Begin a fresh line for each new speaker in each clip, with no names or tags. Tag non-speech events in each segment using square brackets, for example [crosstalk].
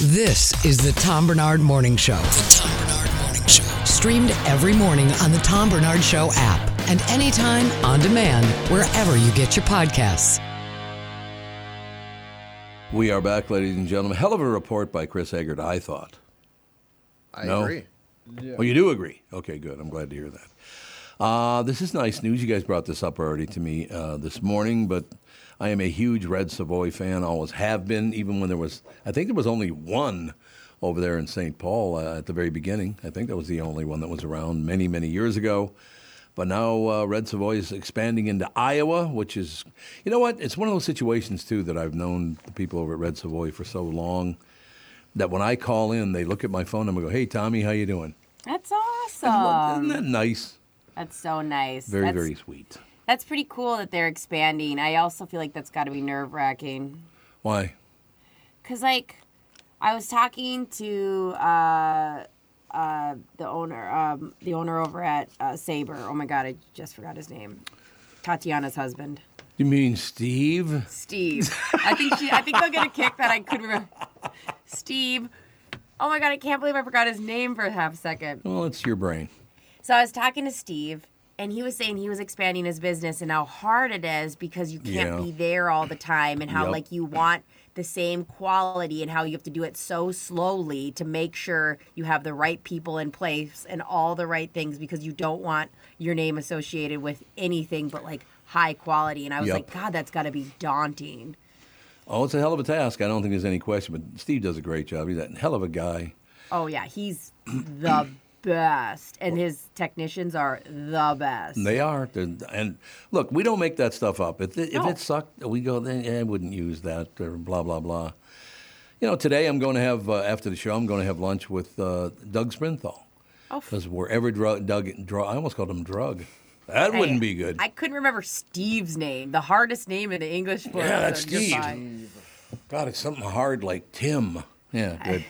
This is the Tom Bernard Morning Show. The Tom Bernard Morning Show. Streamed every morning on the Tom Bernard Show app and anytime on demand wherever you get your podcasts.
We are back, ladies and gentlemen. Hell of a report by Chris Eggert, I thought.
I
No?
agree.
Well, you do agree. Okay, good. I'm glad to hear that. Uh, this is nice news. You guys brought this up already to me uh, this morning, but I am a huge Red Savoy fan. Always have been, even when there was, I think there was only one over there in St. Paul uh, at the very beginning. I think that was the only one that was around many, many years ago. But now uh, Red Savoy is expanding into Iowa, which is, you know what? It's one of those situations, too, that I've known the people over at Red Savoy for so long that when I call in, they look at my phone number and go, hey, Tommy, how you doing?
That's
Well,
awesome.
Isn't that nice?
That's so nice.
Very,
that's,
very sweet.
That's pretty cool that they're expanding. I also feel like that's got to be nerve wracking.
Why?
Cause like, I was talking to uh, uh, the owner, um, the owner over at uh, Saber. Oh my god, I just forgot his name. Tatiana's husband,
You mean Steve?
Steve. [laughs] I think she. I think they'll get a kick that I could remember. Steve. Oh my god, I can't believe I forgot his name for a half second.
Well, it's your brain.
So I was talking to Steve, and he was saying he was expanding his business and how hard it is because you can't
Yeah.
be there all the time, and how
Yep.
like you want the same quality, and how you have to do it so slowly to make sure you have the right people in place and all the right things because you don't want your name associated with anything but like high quality. And I was
Yep.
like, God, that's got to be daunting.
Oh, it's a hell of a task. I don't think there's any question, but Steve does a great job. He's a hell of a guy.
Oh yeah, he's [clears throat] the best, and his technicians are the best.
They are. They're, and look, we don't make that stuff up. If it,
No.
if it sucked, we go, "Eh, eh, I wouldn't use that, or blah, blah, blah. You know, today I'm going to have, uh, after the show, I'm going to have lunch with uh, Doug Sprinthal.
Oh,
Because wherever drug, Doug, drug, I almost called him drug. That wouldn't be good.
I couldn't remember Steve's name, the hardest name in the English book.
Yeah, that's
so you're
Steve.
fine.
God, it's something hard like Tim. Yeah,
[laughs]
good.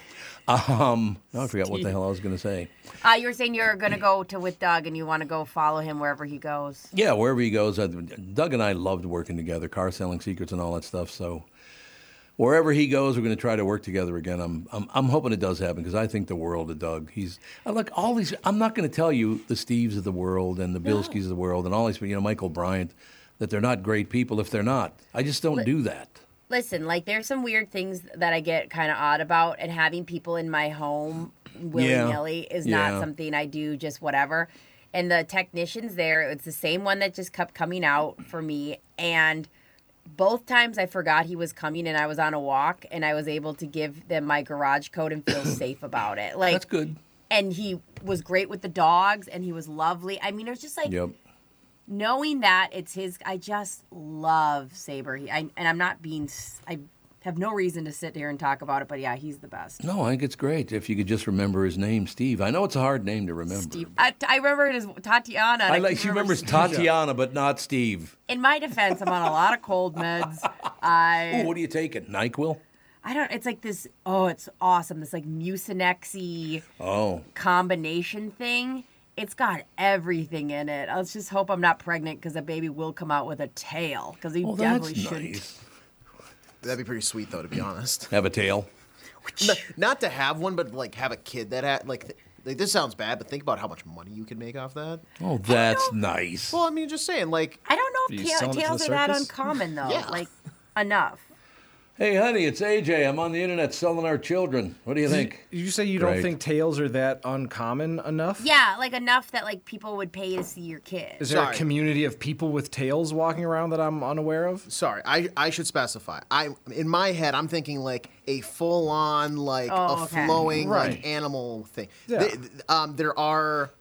Um, no, I forgot what the
Steve.
hell I was going to say.
Uh, you were saying you're gonna go to with Doug, and you want to go follow him wherever he goes.
Yeah, wherever he goes, I, Doug and I loved working together, car selling secrets and all that stuff. So wherever he goes, we're going to try to work together again. I'm I'm, I'm hoping it does happen because I think the world of Doug. He's I like all these. I'm not going to tell you the Steves of the world and the Bilskis of the world and all these. You know, Michael Bryant, that they're not great people if they're not. I just don't do that.
Listen, like there's some weird things that I get kind of odd about, and having people in my home willy nilly is
Yeah.
not something I do just whatever. And the technicians there, it's the same one that just kept coming out for me, and both times I forgot he was coming, and I was on a walk, and I was able to give them my garage code and
[coughs]
feel safe about it. Like
That's good.
and he was great with the dogs and he was lovely. I mean, it was just like
Yep.
knowing that it's his. I just love Saber. He, I, and I'm not being. s- I have no reason to sit here and talk about it, but yeah, he's the best.
No, I think it's great if you could just remember his name, Steve. I know it's a hard name to remember.
Steve, I, I remember it as Tatiana. and
I
couldn't
like she
remember
remembers
Steve.
Tatiana, but not Steve.
In my defense, I'm on a lot of
[laughs]
cold meds. I Uh,
Ooh, what are you taking? Nyquil.
I don't. It's like this. Oh, it's awesome. This like mucinexy.
Oh.
combination thing. It's got everything in it. Let's just hope I'm not pregnant because the baby will come out with a tail because he
Well,
definitely
Oh, that's
shouldn't.
nice.
That'd be pretty sweet, though, to be honest. [laughs]
Have a tail.
N- Not to have one, but like have a kid that had like. th- like, this sounds bad, but think about how much money you could make off that.
Oh, that's nice.
Well, I mean, just saying, like,
I don't know
Are
if
you
ta-
selling it to
tails
the
are that
circus?
uncommon though.
Yeah.
Like enough.
Hey, honey, it's AJ. I'm on the internet selling our children. What do you think?
You say you
Right.
don't think tails are that uncommon enough?
Yeah, like enough that like people would pay to see your kid.
Is there
Sorry.
a community of people with tails walking around that I'm unaware of?
Sorry, I, I should specify. I in my head, I'm thinking like a full on like
Oh,
a
okay.
flowing
Right.
like animal thing.
Yeah.
Th- th- um, there are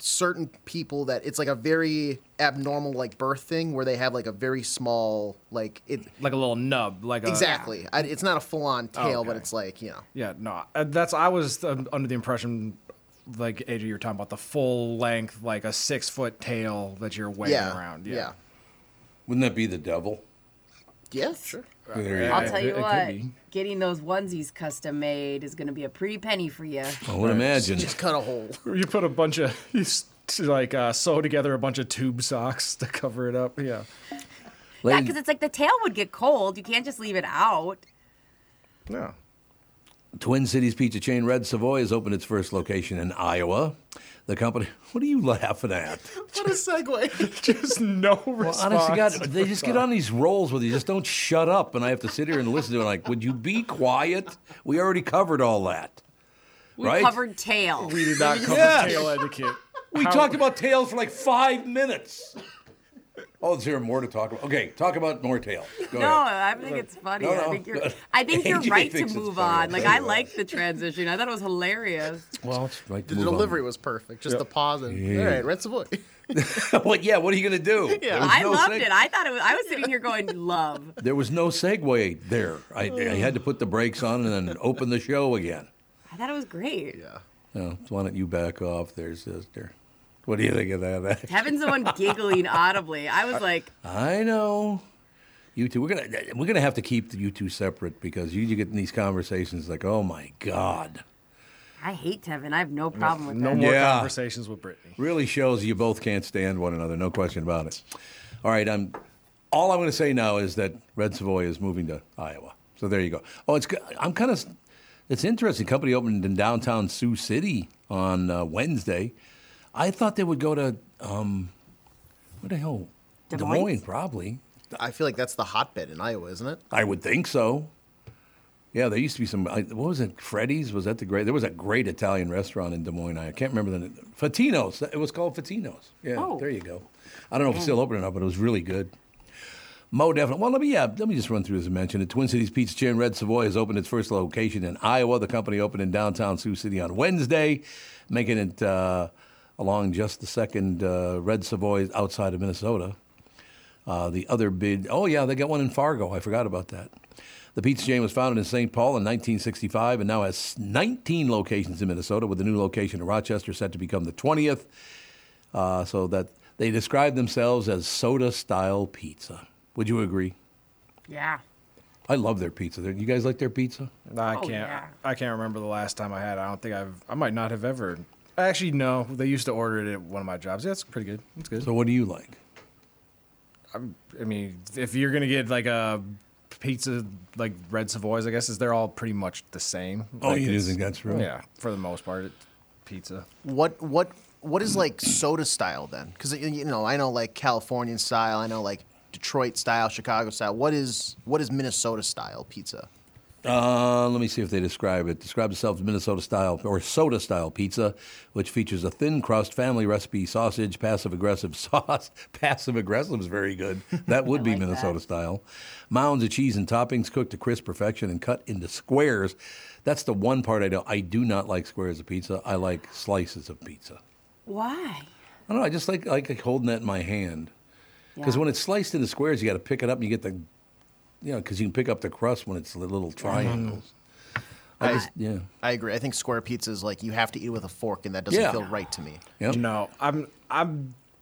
certain people that it's like a very abnormal like birth thing where they have like a very small like it
Like a little nub, like a, Oh,
exactly. I, it's not a full on tail, but
okay.
it's like you know.
Yeah, no, uh, that's I was um, under the impression, like AJ, you were talking about the full length, like a six foot tail that you're waving
Yeah.
around.
Yeah.
Wouldn't that be the devil?
Yeah. Sure.
There you
I'll
go.
tell
Uh, it-
you
it could
what,
be.
getting those onesies custom made is going to be a pretty penny for you.
I would imagine.
Just cut a hole.
[laughs] You put a bunch of you s- t- like uh, sew together a bunch of tube socks to cover it up. Yeah.
Yeah,
Ladies-
because it's like the tail would get cold. You can't just leave it out.
No.
Twin Cities pizza chain Red Savoy has opened its first location in Iowa. The company. [laughs] What are you laughing at?
what a
[laughs]
segue.
Just no
Well,
response.
honestly, God, they just get on these rolls where they just don't shut up, and I have to sit here and listen to it. Like, would you be quiet? We already covered all that,
We
right?
covered tail.
We
[laughs]
did not cover
Yeah.
tail etiquette.
we talked about tails for like five minutes. Oh, is there more to talk about? Okay, talk about more tail. [laughs] Go
No,
ahead.
I think it's funny.
No, no.
I think you're.
[laughs]
I think you're
AJ
right to
thinks it's
move
funny.
on. Like
Okay.
I liked the transition. I thought it was hilarious.
[laughs] Well, it's right to
The
move on. [laughs]
delivery was perfect. Just the pause and all right, Red Savoy.
what? Yeah. What are you gonna do? There was
I
no
loved
seg-
it. I thought it was. I was sitting here going, love.
There was no segue there. I, I had to put the brakes on and then open the show again.
I thought it was great.
No, why don't you back off there, sister? What do you think of that? [laughs]
Having someone giggling audibly, I was like,
I know. You two, we're gonna we're gonna have to keep you two separate because you, you get in these conversations like, oh my god,
I hate Tevin. I have no problem with
No
that.
more
Yeah.
conversations with Brittany.
really shows you both can't stand one another, no question about it. All right, I'm. All I'm gonna say now is that Red Savoy is moving to Iowa, so there you go. Oh, it's I'm kind of it's interesting. Company opened in downtown Sioux City on uh, Wednesday. I thought they would go to um, what the hell,
Des
Des
Moines?
Moines probably.
I feel like that's the hotbed in Iowa, isn't it?
I would think so. Yeah, there used to be some. I- What was it? Freddy's? Was that the great? There was a great Italian restaurant in Des Moines. I can't remember the name. Fatino's. It was called Fatino's. Yeah,
Oh.
there you go. I don't know if it's still open or not, but it was really good. Mo definitely. Well, let me yeah, let me just run through this and mention it. Twin Cities Pizza Chain Red Savoy has opened its first location in Iowa. The company opened in downtown Sioux City on Wednesday, making it uh, along just the second uh, Red Savoy outside of Minnesota. Uh, the other bid, oh yeah, they got one in Fargo. I forgot about that. The Pizza Chain was founded in St. Paul in 1965 and now has 19 locations in Minnesota, with a new location in Rochester set to become the 20th. Uh, so that they describe themselves as soda-style pizza. Would you agree?
Yeah.
I love their pizza. They're- You guys like their pizza?
I
Oh,
can't.
yeah.
I can't remember the last time I had. it. I don't think I've. I might not have ever. Actually, no. They used to order it at one of my jobs. Yeah, it's pretty good. It's good.
So what do you like?
I mean, if you're gonna get like a pizza, like red savoys, I guess is they're all pretty much the same.
Oh,
Like,
you do
it's-
think that's right?
Yeah, for the most part, it's pizza.
What what what is like soda style then? Because you know, I know like Californian style, I know like Detroit style, Chicago style. What is what is Minnesota style pizza?
Uh, let me see if they describe it. Describe itself as Minnesota style or soda style pizza, which features a thin crust, family recipe sausage, passive aggressive [laughs] sauce. passive aggressive is very good. That
[laughs]
would be
like that.
Minnesota style. Mounds of cheese and toppings cooked to crisp perfection and cut into squares. That's the one part I don't. I do not like squares of pizza. I like slices of pizza.
Why?
I don't know. I just like like holding that in my hand. Because
Yeah.
when it's sliced into squares, you got to pick it up and you get the, you know, because you can pick up the crust when it's the little triangles. I just, yeah.
Mm. I agree. I think square pizza is like you have to eat with a fork, and that doesn't
Yeah.
feel right to me.
Yep.
No, I'm. I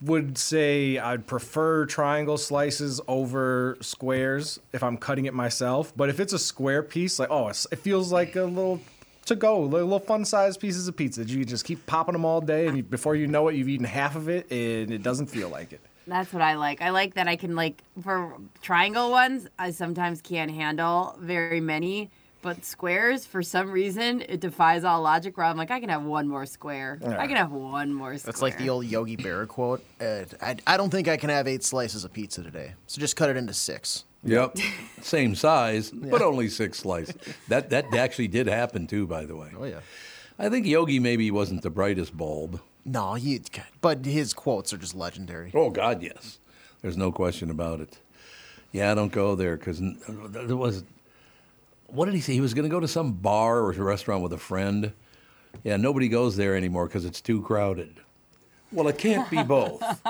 would say I'd prefer triangle slices over squares if I'm cutting it myself. But if it's a square piece, like oh, it's, it feels like a little to go, little, little fun sized pieces of pizza. that You just keep popping them all day, and you, before you know it, you've eaten half of it, and it doesn't feel like it.
That's what I like. I like that I can like for triangle ones. I sometimes can't handle very many, but squares for some reason it defies all logic. Where I'm like, I can have one more square. I can have one more square.
That's like the old Yogi Berra quote. Uh, I, I don't think I can have eight slices of pizza today, so just cut it into six. [laughs]
Yep. Same size, but only six slices. That that actually did happen too, by the way.
Oh yeah.
I think Yogi maybe wasn't the brightest bulb.
No, he. But his quotes are just legendary.
Oh God, yes. There's no question about it. Yeah, I don't go there because there was. What did he say? He was going to go to some bar or a restaurant with a friend. Yeah, nobody goes there anymore because it's too crowded. Well, it can't be both. [laughs]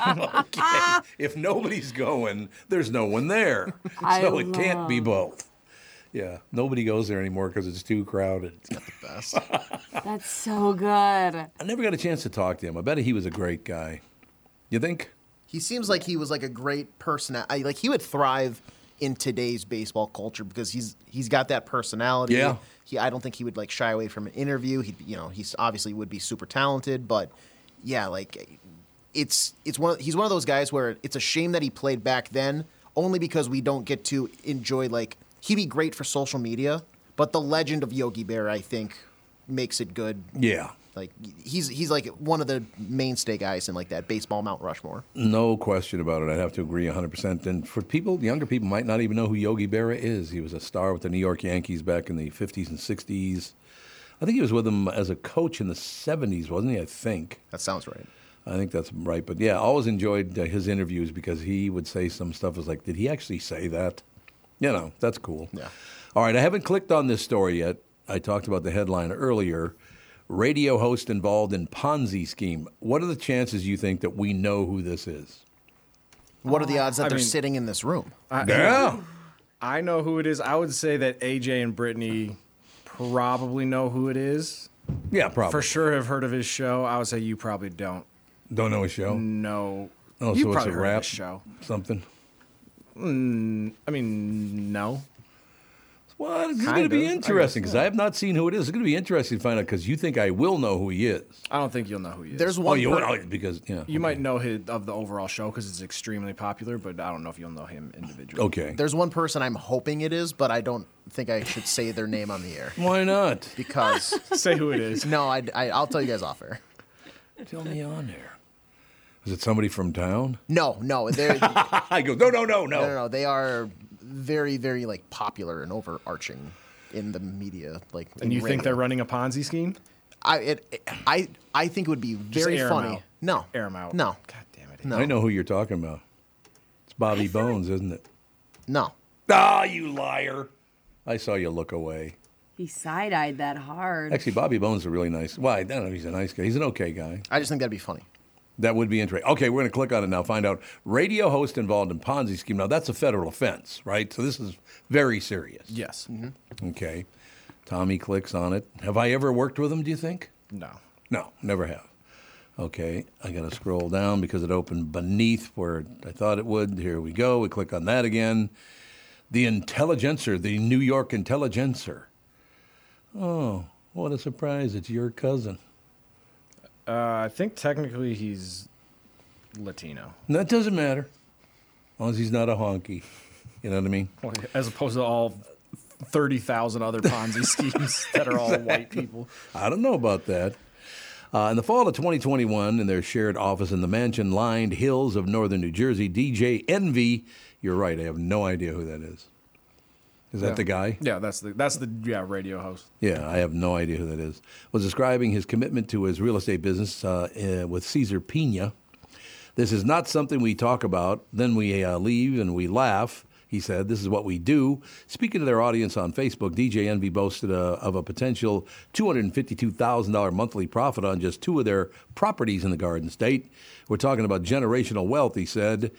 okay. If nobody's going, there's no one there.
I
So it can't be both. Yeah, nobody goes there anymore because it's too crowded.
Best.
That's so good.
[laughs] I never got a chance to talk to him. I bet he was a great guy. You think?
He seems like he was like a great person. I, like he would thrive in today's baseball culture because he's he's got that personality.
Yeah.
He I don't think he would like shy away from an interview. He you know, he's obviously would be super talented, but yeah, like it's it's one of, he's one of those guys where it's a shame that he played back then only because we don't get to enjoy like he'd be great for social media, but the legend of Yogi Bear I think makes it good.
Yeah.
Like he's he's like one of the mainstay guys in like that baseball Mount Rushmore.
No question about it. I'd have to agree 100%. And for people, younger people might not even know who Yogi Berra is. He was a star with the New York Yankees back in the 50s and 60s. I think he was with them as a coach in the 70s, wasn't he? I think.
That sounds right.
I think that's right. But yeah, I always enjoyed uh, his interviews because he would say some stuff. Was like, did he actually say that? You know, that's cool.
Yeah.
All right, I haven't clicked on this story yet. I talked about the headline earlier. Radio host involved in Ponzi scheme. What are the chances you think that we know who this is?
What are the odds that
Oh, I
they're
mean-
sitting in this room?
Yeah.
I know who it is. I would say that AJ and Brittany probably know who it is.
Yeah, probably.
For sure have heard of his show. I would say you probably don't
Don't know his show.
know.
Oh,
you
so it's
probably
a
heard
rap
of his show.
Something.
I mean, no.
Well, it's
Kind
going to be
of, I guess,
interesting because I have not seen who it is. It's going to be interesting to find out because you think I will know who he is.
I don't think you'll know who he is.
There's
Oh,
one.
you
per-
oh, because yeah.
you might know his, of the overall show because it's extremely popular, but I don't know if you'll know him individually.
Okay.
there's one person I'm hoping it is, but I don't think I should say their name on the air
[laughs] Why not?
because
[laughs] Say who it is.
no, I, will tell you guys off air.
Tell me on there. Is it somebody from town?
No, no, they're no,
[laughs] I go, no, no, no, no.
no, no, they are very, very like popular and overarching in the media. Like,
And
in
you think
radio.
they're running a Ponzi scheme?
I, it, it- I, I think it would be very
air 'em
funny.
out.
No,
Air him out.
No,
God damn it.
no,
I know who you're talking about. It's Bobby Bones, isn't it?
no.
Ah, you liar. I saw you look away.
He side eyed that hard.
Actually, Bobby Bones is a really nice. Why? I don't know. He's a nice guy. He's an okay guy.
I just think that'd be funny.
That would be interesting. Okay, we're going to click on it now. Find out radio host involved in Ponzi scheme. Now that's a federal offense, right? So this is very serious.
Yes. Mm-hmm.
Okay. Tommy clicks on it. Have I ever worked with him? Do you think?
No.
No, never have. Okay, I got to scroll down because it opened beneath where I thought it would. Here we go. We click on that again. The Intelligencer, the New York Intelligencer. Oh, what a surprise. It's your cousin.
Uh, I think technically he's Latino,
That doesn't matter. As long as he's not a honky. You know what I mean?
as opposed to all thirty thousand
[laughs]
other Ponzi schemes that are all white people.
I don't know about that. Uh, in the fall of 2021, in their shared office in the mansion lined hills of northern New Jersey, DJ Envy, you're right, I have no idea who that is. Is that the guy?
Yeah, that's the that's the yeah radio host.
Yeah, I have no idea who that is. Was describing his commitment to his real estate business uh, uh, with Caesar Pena. This is not something we talk about. Then we uh, leave and we laugh. He said, "This is what we do." Speaking to their audience on Facebook, DJ Envy boasted uh, of a potential two hundred fifty-two thousand dollar monthly profit on just two of their properties in the Garden State. We're talking about generational wealth, he said.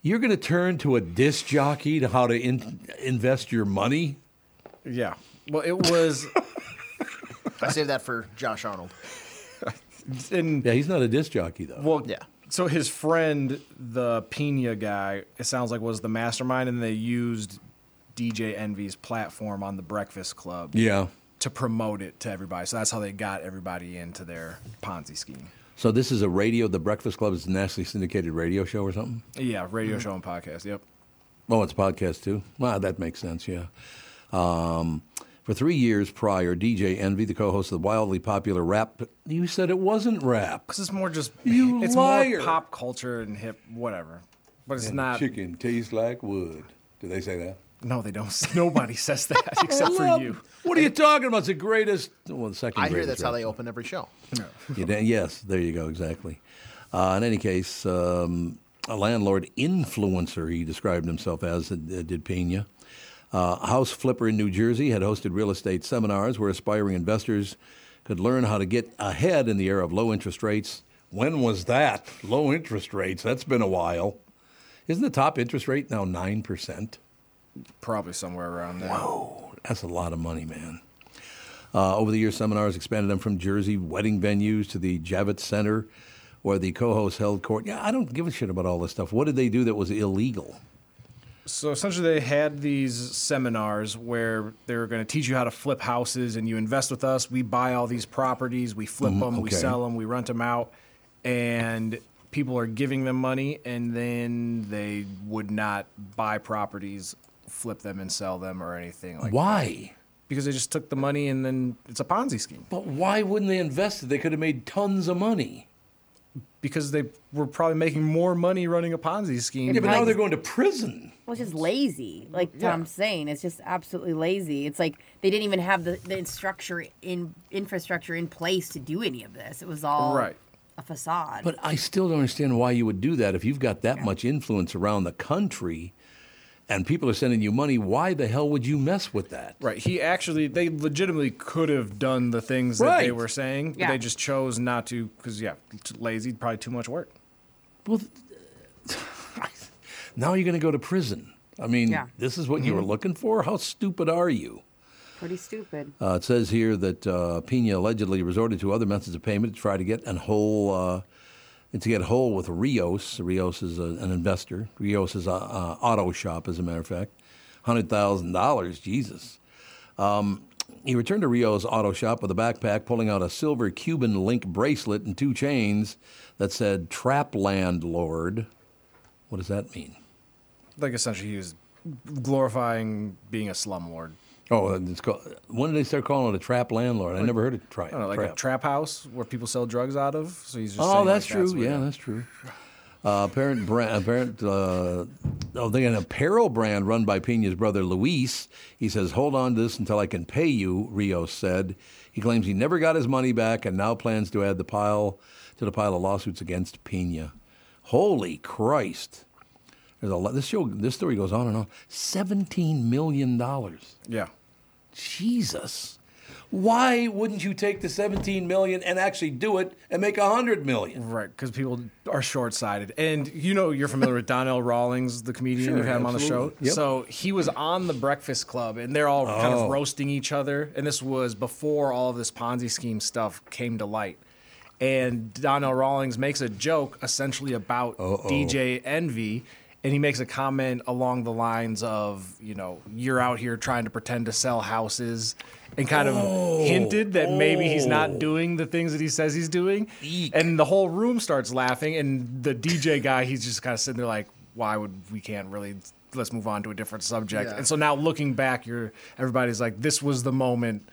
You're going to turn to a disc jockey to how to in- invest your money?
Yeah. Well, it was
I saved that for Josh Arnold.
in
Yeah, he's not a disc jockey though.
well
Yeah.
So his friend, the Pena guy, it sounds like was the mastermind, and they used DJ Envy's platform on the Breakfast Club
Yeah.
to promote it to everybody. So that's how they got everybody into their Ponzi scheme.
So this is a radio. The Breakfast Club is a nationally syndicated radio show or something.
Yeah,
Mm-hmm.
radio show and podcast. Yep.
Oh, it's a podcast too. Wow, that makes sense. Yeah. Um, for three years prior, DJ Envy, the co-host of the wildly popular rap, you said it wasn't rap.
Because it's more just
You
it's
liar.
more pop culture and hip whatever. but it's not.
Chicken tastes like wood. Do they say that?
No, they don't. [laughs] Nobody
[laughs]
says that except for
Love-
you.
What are you talking about? It's the greatest. Well, the second.
I hear
greatest,
that's how
right?
they open every show.
You da- yes, there you go, exactly. Uh, in any case, um, a landlord influencer, he described himself as, uh, did Pena. Uh, house flipper in New Jersey had hosted real estate seminars where aspiring investors could learn how to get ahead in the era of low interest rates. When was that? Low interest rates. That's been a while. Isn't the top interest rate now 9%?
Probably somewhere around there.
That's a lot of money, man. Uh, over the years, seminars expanded them from Jersey wedding venues to the Javits Center, where the co-host held court. Yeah, I don't give a shit about all this stuff. What did they do that was illegal?
So essentially, they had these seminars where they were going to teach you how to flip houses, and you invest with us. We buy all these properties, we flip them, we
okay.
sell them, we rent them out, and people are giving them money, and then they would not buy properties, flip them, and sell them or anything like
Why?
because they just took the money and then it's a Ponzi scheme
But why wouldn't they invest it? They could have made tons of money.
because they were probably making more money running a Ponzi scheme.
Yeah, but now
than-
they're going to prison.
Well, it's just lazy. Like Tom's saying, it's just absolutely lazy. It's like they didn't even have the, the structure in infrastructure in place to do any of this. It was all
Right.
a facade.
But I still don't understand why you would do that if you've got that much influence around the country, and people are sending you money. Why the hell would you mess with that?
Right. He actually, they legitimately could have done the things that they
Right.
were saying, but
Yeah.
they just chose not to because, yeah, t- lazy, probably too much work.
Well, th- [laughs] now you're going to go to prison. I mean,
Yeah.
this is what you were looking for? How stupid are you?
Pretty stupid.
Uh, it says here that uh, Pena allegedly resorted to other methods of payment to try to get an whole. Uh, to get whole with Rios, Rios is a, an investor. Rios is a, a auto shop, as a matter of fact. Hundred thousand dollars, Jesus. Um, he returned to Rios' auto shop with a backpack, pulling out a silver Cuban link bracelet and two chains that said "Trap Landlord." What does that mean?
Like, essentially, he was glorifying being a slumlord.
Oh, it's called, when did they start calling it a trap landlord? I never heard of tra-
I don't know, like
trap.
a trap house where people sell drugs out of. So he's just saying,
oh,
like,
that's true.
what-
yeah, that's true. Uh, apparent brand, apparent, uh, oh, they an apparel brand run by Pena's brother Luis. He says, "Hold on to this until I can pay you," Rios said. He claims he never got his money back and now plans to add the pile to the pile of lawsuits against Pena. Holy Christ! There's a lot. This show, this story goes on and on. Seventeen million dollars.
Yeah.
Jesus. Why wouldn't you take the 17 million and actually do it and make 100 million?
Right. Because people are short sighted. And you know, you're familiar with Donnell Rawlings, the comedian.
Sure,
We've had him on the show.
absolutely. Yep.
So he was on the Breakfast Club and they're all kind
Oh.
of roasting each other. And this was before all of this Ponzi scheme stuff came to light. And Donnell Rawlings makes a joke essentially about DJ Envy. And he makes a comment along the lines of, you know, you're out here trying to pretend to sell houses and kind
Oh.
of hinted that maybe he's not doing the things that he says he's doing. And the whole room starts laughing. And the DJ guy, he's just kind of sitting there like, why would we can't really let's move on to a different subject.
Yeah.
And so now looking back, you're everybody's like, this was the moment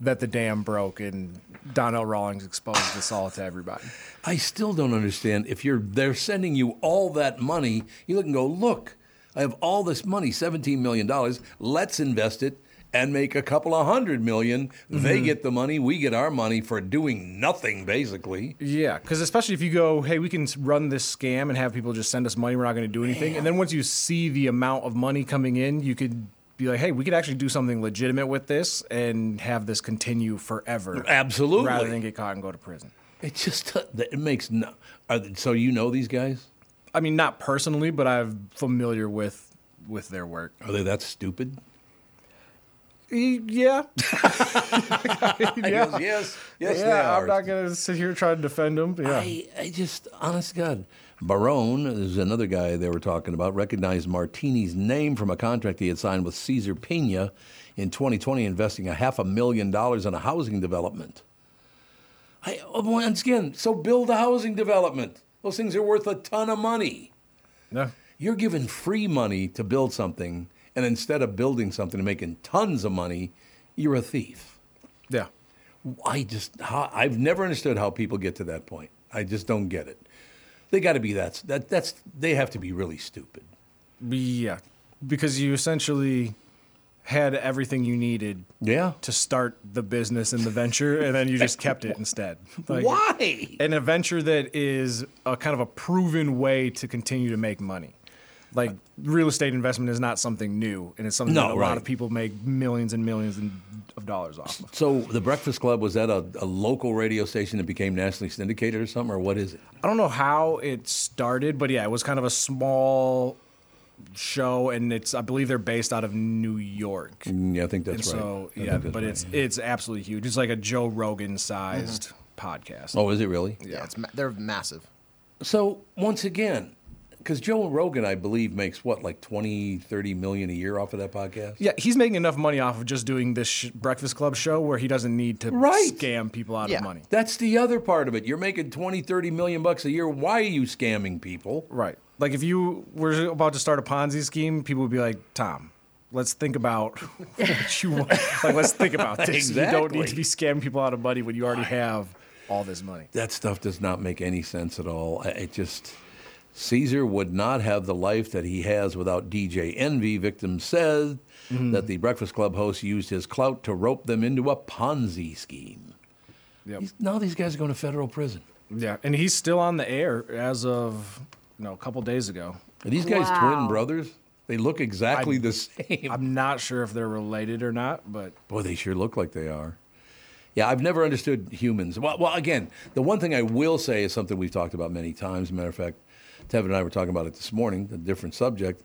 that the dam broke and Donnell Rawlings exposed this all to everybody.
I still don't understand. If you're they're sending you all that money, you look and go, look, I have all this money, 17 million dollars. Let's invest it and make a couple of hundred million. They
Mm-hmm.
get the money, we get our money for doing nothing, basically.
Yeah, because especially if you go, hey, we can run this scam and have people just send us money, we're not going to do anything. And then once you see the amount of money coming in, you could be like, hey, we could actually do something legitimate with this and have this continue forever.
Absolutely.
Rather than get caught and go to prison.
It just it makes no. Are, so you know these guys?
I mean, not personally, but I'm familiar with with their work.
Are they that stupid?
E- Yeah, [laughs]
[laughs] I
Yeah.
guess, yes, yes, they
yeah.
are.
I'm not gonna sit here and try to defend them. Yeah,
I, I just, honest to God, Barone is another guy they were talking about. Recognized Martini's name from a contract he had signed with Caesar Pena in 2020, investing a half a million dollars in a housing development. I, once again, so build a housing development. Those things are worth a ton of money.
no.
You're given free money to build something, and instead of building something and making tons of money, you're a thief.
yeah.
I just, how, I've never understood how people get to that point. I just don't get it. They got to be that, that. That's they have to be really stupid.
Yeah, because you essentially had everything you needed
Yeah.
to start the business and the venture, and then you just kept it instead.
[laughs]
Like,
Why?
An adventure that is a kind of a proven way to continue to make money. Like real estate investment is not something new, and it's something
No,
that a
right.
lot of people make millions and millions and- of dollars off of.
So the Breakfast Club was that a, a local radio station that became nationally syndicated or something, or what is it?
I don't know how it started, but yeah, it was kind of a small show, and it's I believe they're based out of New York.
Mm, Yeah, I think that's
and
right.
so
I
yeah,
think that's
but
right,
it's
yeah.
it's absolutely huge. It's like a Joe Rogan sized podcast.
oh, is it really?
Mm-hmm. Yeah, it's ma- they're massive.
So once again, because Joe Rogan, I believe, makes what like 20, 30 million a year off of that podcast.
Yeah, he's making enough money off of just doing this sh- Breakfast Club show where he doesn't need to
Right.
scam people out
Yeah.
of money.
That's the other part of it. You're making 20, 30 million bucks a year. Why are you scamming people?
Right. Like if you were about to start a Ponzi scheme, people would be like, "Tom, let's think about [laughs] what you want. Like let's think about this. You don't need
Exactly.
to be scamming people out of money when you already have all this money."
That stuff does not make any sense at all. I- It just. Caesar would not have the life that he has without DJ Envy. Victims said
Mm-hmm.
that the Breakfast Club host used his clout to rope them into a Ponzi scheme.
Yep.
These- Now these guys are going to federal prison.
Yeah, and he's still on the air as of you know a couple days ago.
Are these guys twin
Wow.
brothers? They look exactly the same.
I'm not sure if they're related or not, but
Boy, they sure look like they are. Yeah, I've never understood humans. Well, well, again, the one thing I will say is something we've talked about many times. Matter of fact, Tevin and I were talking about it this morning, a different subject.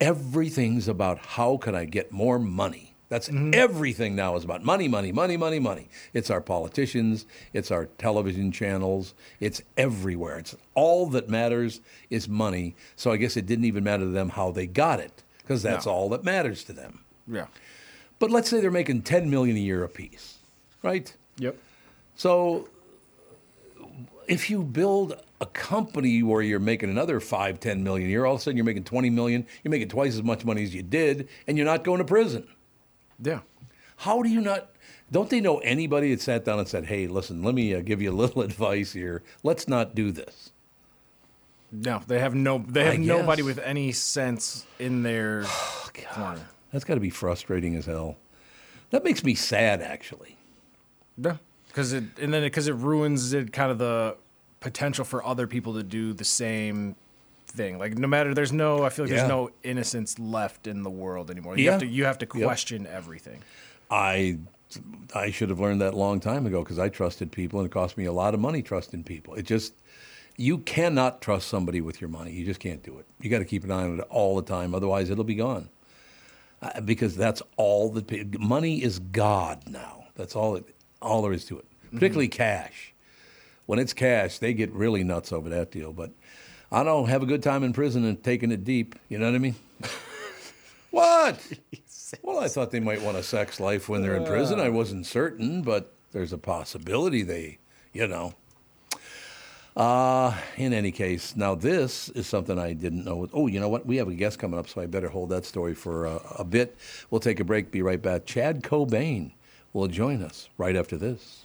Everything's about how can I get more money. That's everything now is about money, money, money, money, money. It's our politicians, it's our television channels, it's everywhere. It's all that matters is money. So I guess it didn't even matter to them how they got it, because that's all that matters to them.
yeah.
But let's say they're making 10 million a year apiece, right?
Yep.
So if you build a company where you're making another 5, 10 million a year, all of a sudden you're making 20 million, you're making twice as much money as you did, and you're not going to prison.
Yeah.
How do you not? Don't they know anybody that sat down and said, hey, listen, let me uh, give you a little [laughs] advice here. Let's not do this.
No, they have no they
I
have nobody
guess.
with any sense
[sighs]
in their corner.
That's got to be frustrating as hell. That makes me sad, actually.
Yeah. Cuz it and then cuz it ruins it kind of the potential for other people to do the same thing. Like no matter there's no I feel like
Yeah.
there's no innocence left in the world anymore. You
Yeah.
have to you have to
Yep.
question everything.
I I should have learned that a long time ago because I trusted people and it cost me a lot of money trusting people. It just you cannot trust somebody with your money. You just can't do it. You got to keep an eye on it all the time, otherwise it'll be gone. Uh, because that's all that pe- money is God now. That's all it, all there is to it. Particularly cash. When it's cash, they get really nuts over that deal. But I don't have a good time in prison and taking it deep. You know what I mean? What? Well, I thought they might want a sex life when they're in prison. I wasn't certain, but there's a possibility they, you know. Uh, in any case, now this is something I didn't know. Oh, you know what? We have a guest coming up, so I better hold that story for uh, a bit. We'll take a break, be right back. Chad Cobain will join us right after this.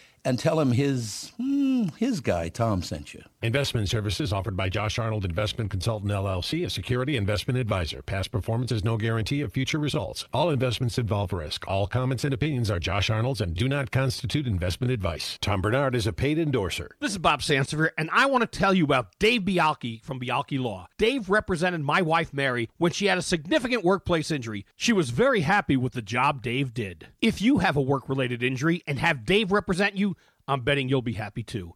and tell him his, hmm, his guy, Tom, sent you.
Investment services offered by Josh Arnold Investment Consultant LLC, a security investment advisor. Past performance is no guarantee of future results. All investments involve risk. All comments and opinions are Josh Arnold's and do not constitute investment advice. Tom Bernard is a paid endorser.
This is Bob Sansevier, and I want to tell you about Dave Bialki from Bialki Law. Dave represented my wife, Mary, when she had a significant workplace injury. She was very happy with the job Dave did. If you have a work related injury and have Dave represent you, I'm betting you'll be happy too.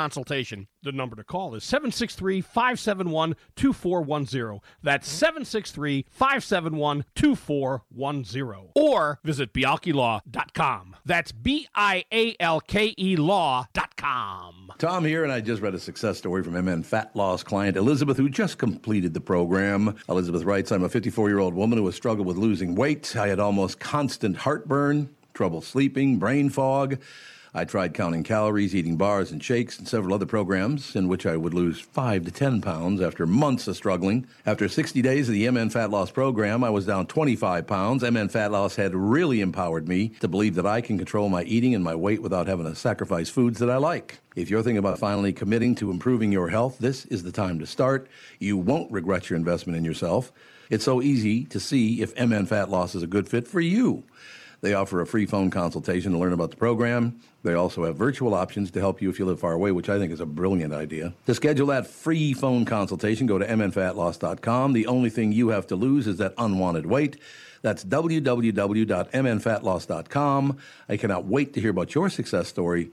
consultation. The number to call is 763 571 2410. That's 763 571 2410. Or visit bialkilaw.com. That's B I A L K E law.com.
Tom here, and I just read a success story from MN Fat Loss client Elizabeth, who just completed the program. Elizabeth writes I'm a 54 year old woman who has struggled with losing weight. I had almost constant heartburn, trouble sleeping, brain fog. I tried counting calories, eating bars and shakes, and several other programs in which I would lose five to 10 pounds after months of struggling. After 60 days of the MN Fat Loss program, I was down 25 pounds. MN Fat Loss had really empowered me to believe that I can control my eating and my weight without having to sacrifice foods that I like. If you're thinking about finally committing to improving your health, this is the time to start. You won't regret your investment in yourself. It's so easy to see if MN Fat Loss is a good fit for you. They offer a free phone consultation to learn about the program. They also have virtual options to help you if you live far away, which I think is a brilliant idea. To schedule that free phone consultation, go to mnfatloss.com. The only thing you have to lose is that unwanted weight. That's www.mnfatloss.com. I cannot wait to hear about your success story,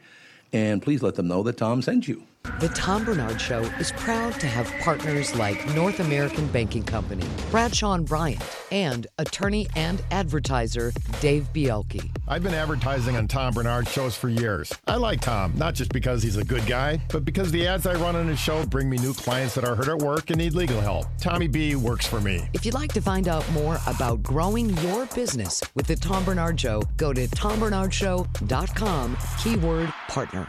and please let them know that Tom sent you.
The Tom Bernard Show is proud to have partners like North American Banking Company, Bradshaw and Bryant, and attorney and advertiser Dave Bielke.
I've been advertising on Tom Bernard shows for years. I like Tom, not just because he's a good guy, but because the ads I run on his show bring me new clients that are hurt at work and need legal help. Tommy B works for me.
If you'd like to find out more about growing your business with the Tom Bernard Show, go to tombernardshow.com, keyword partner.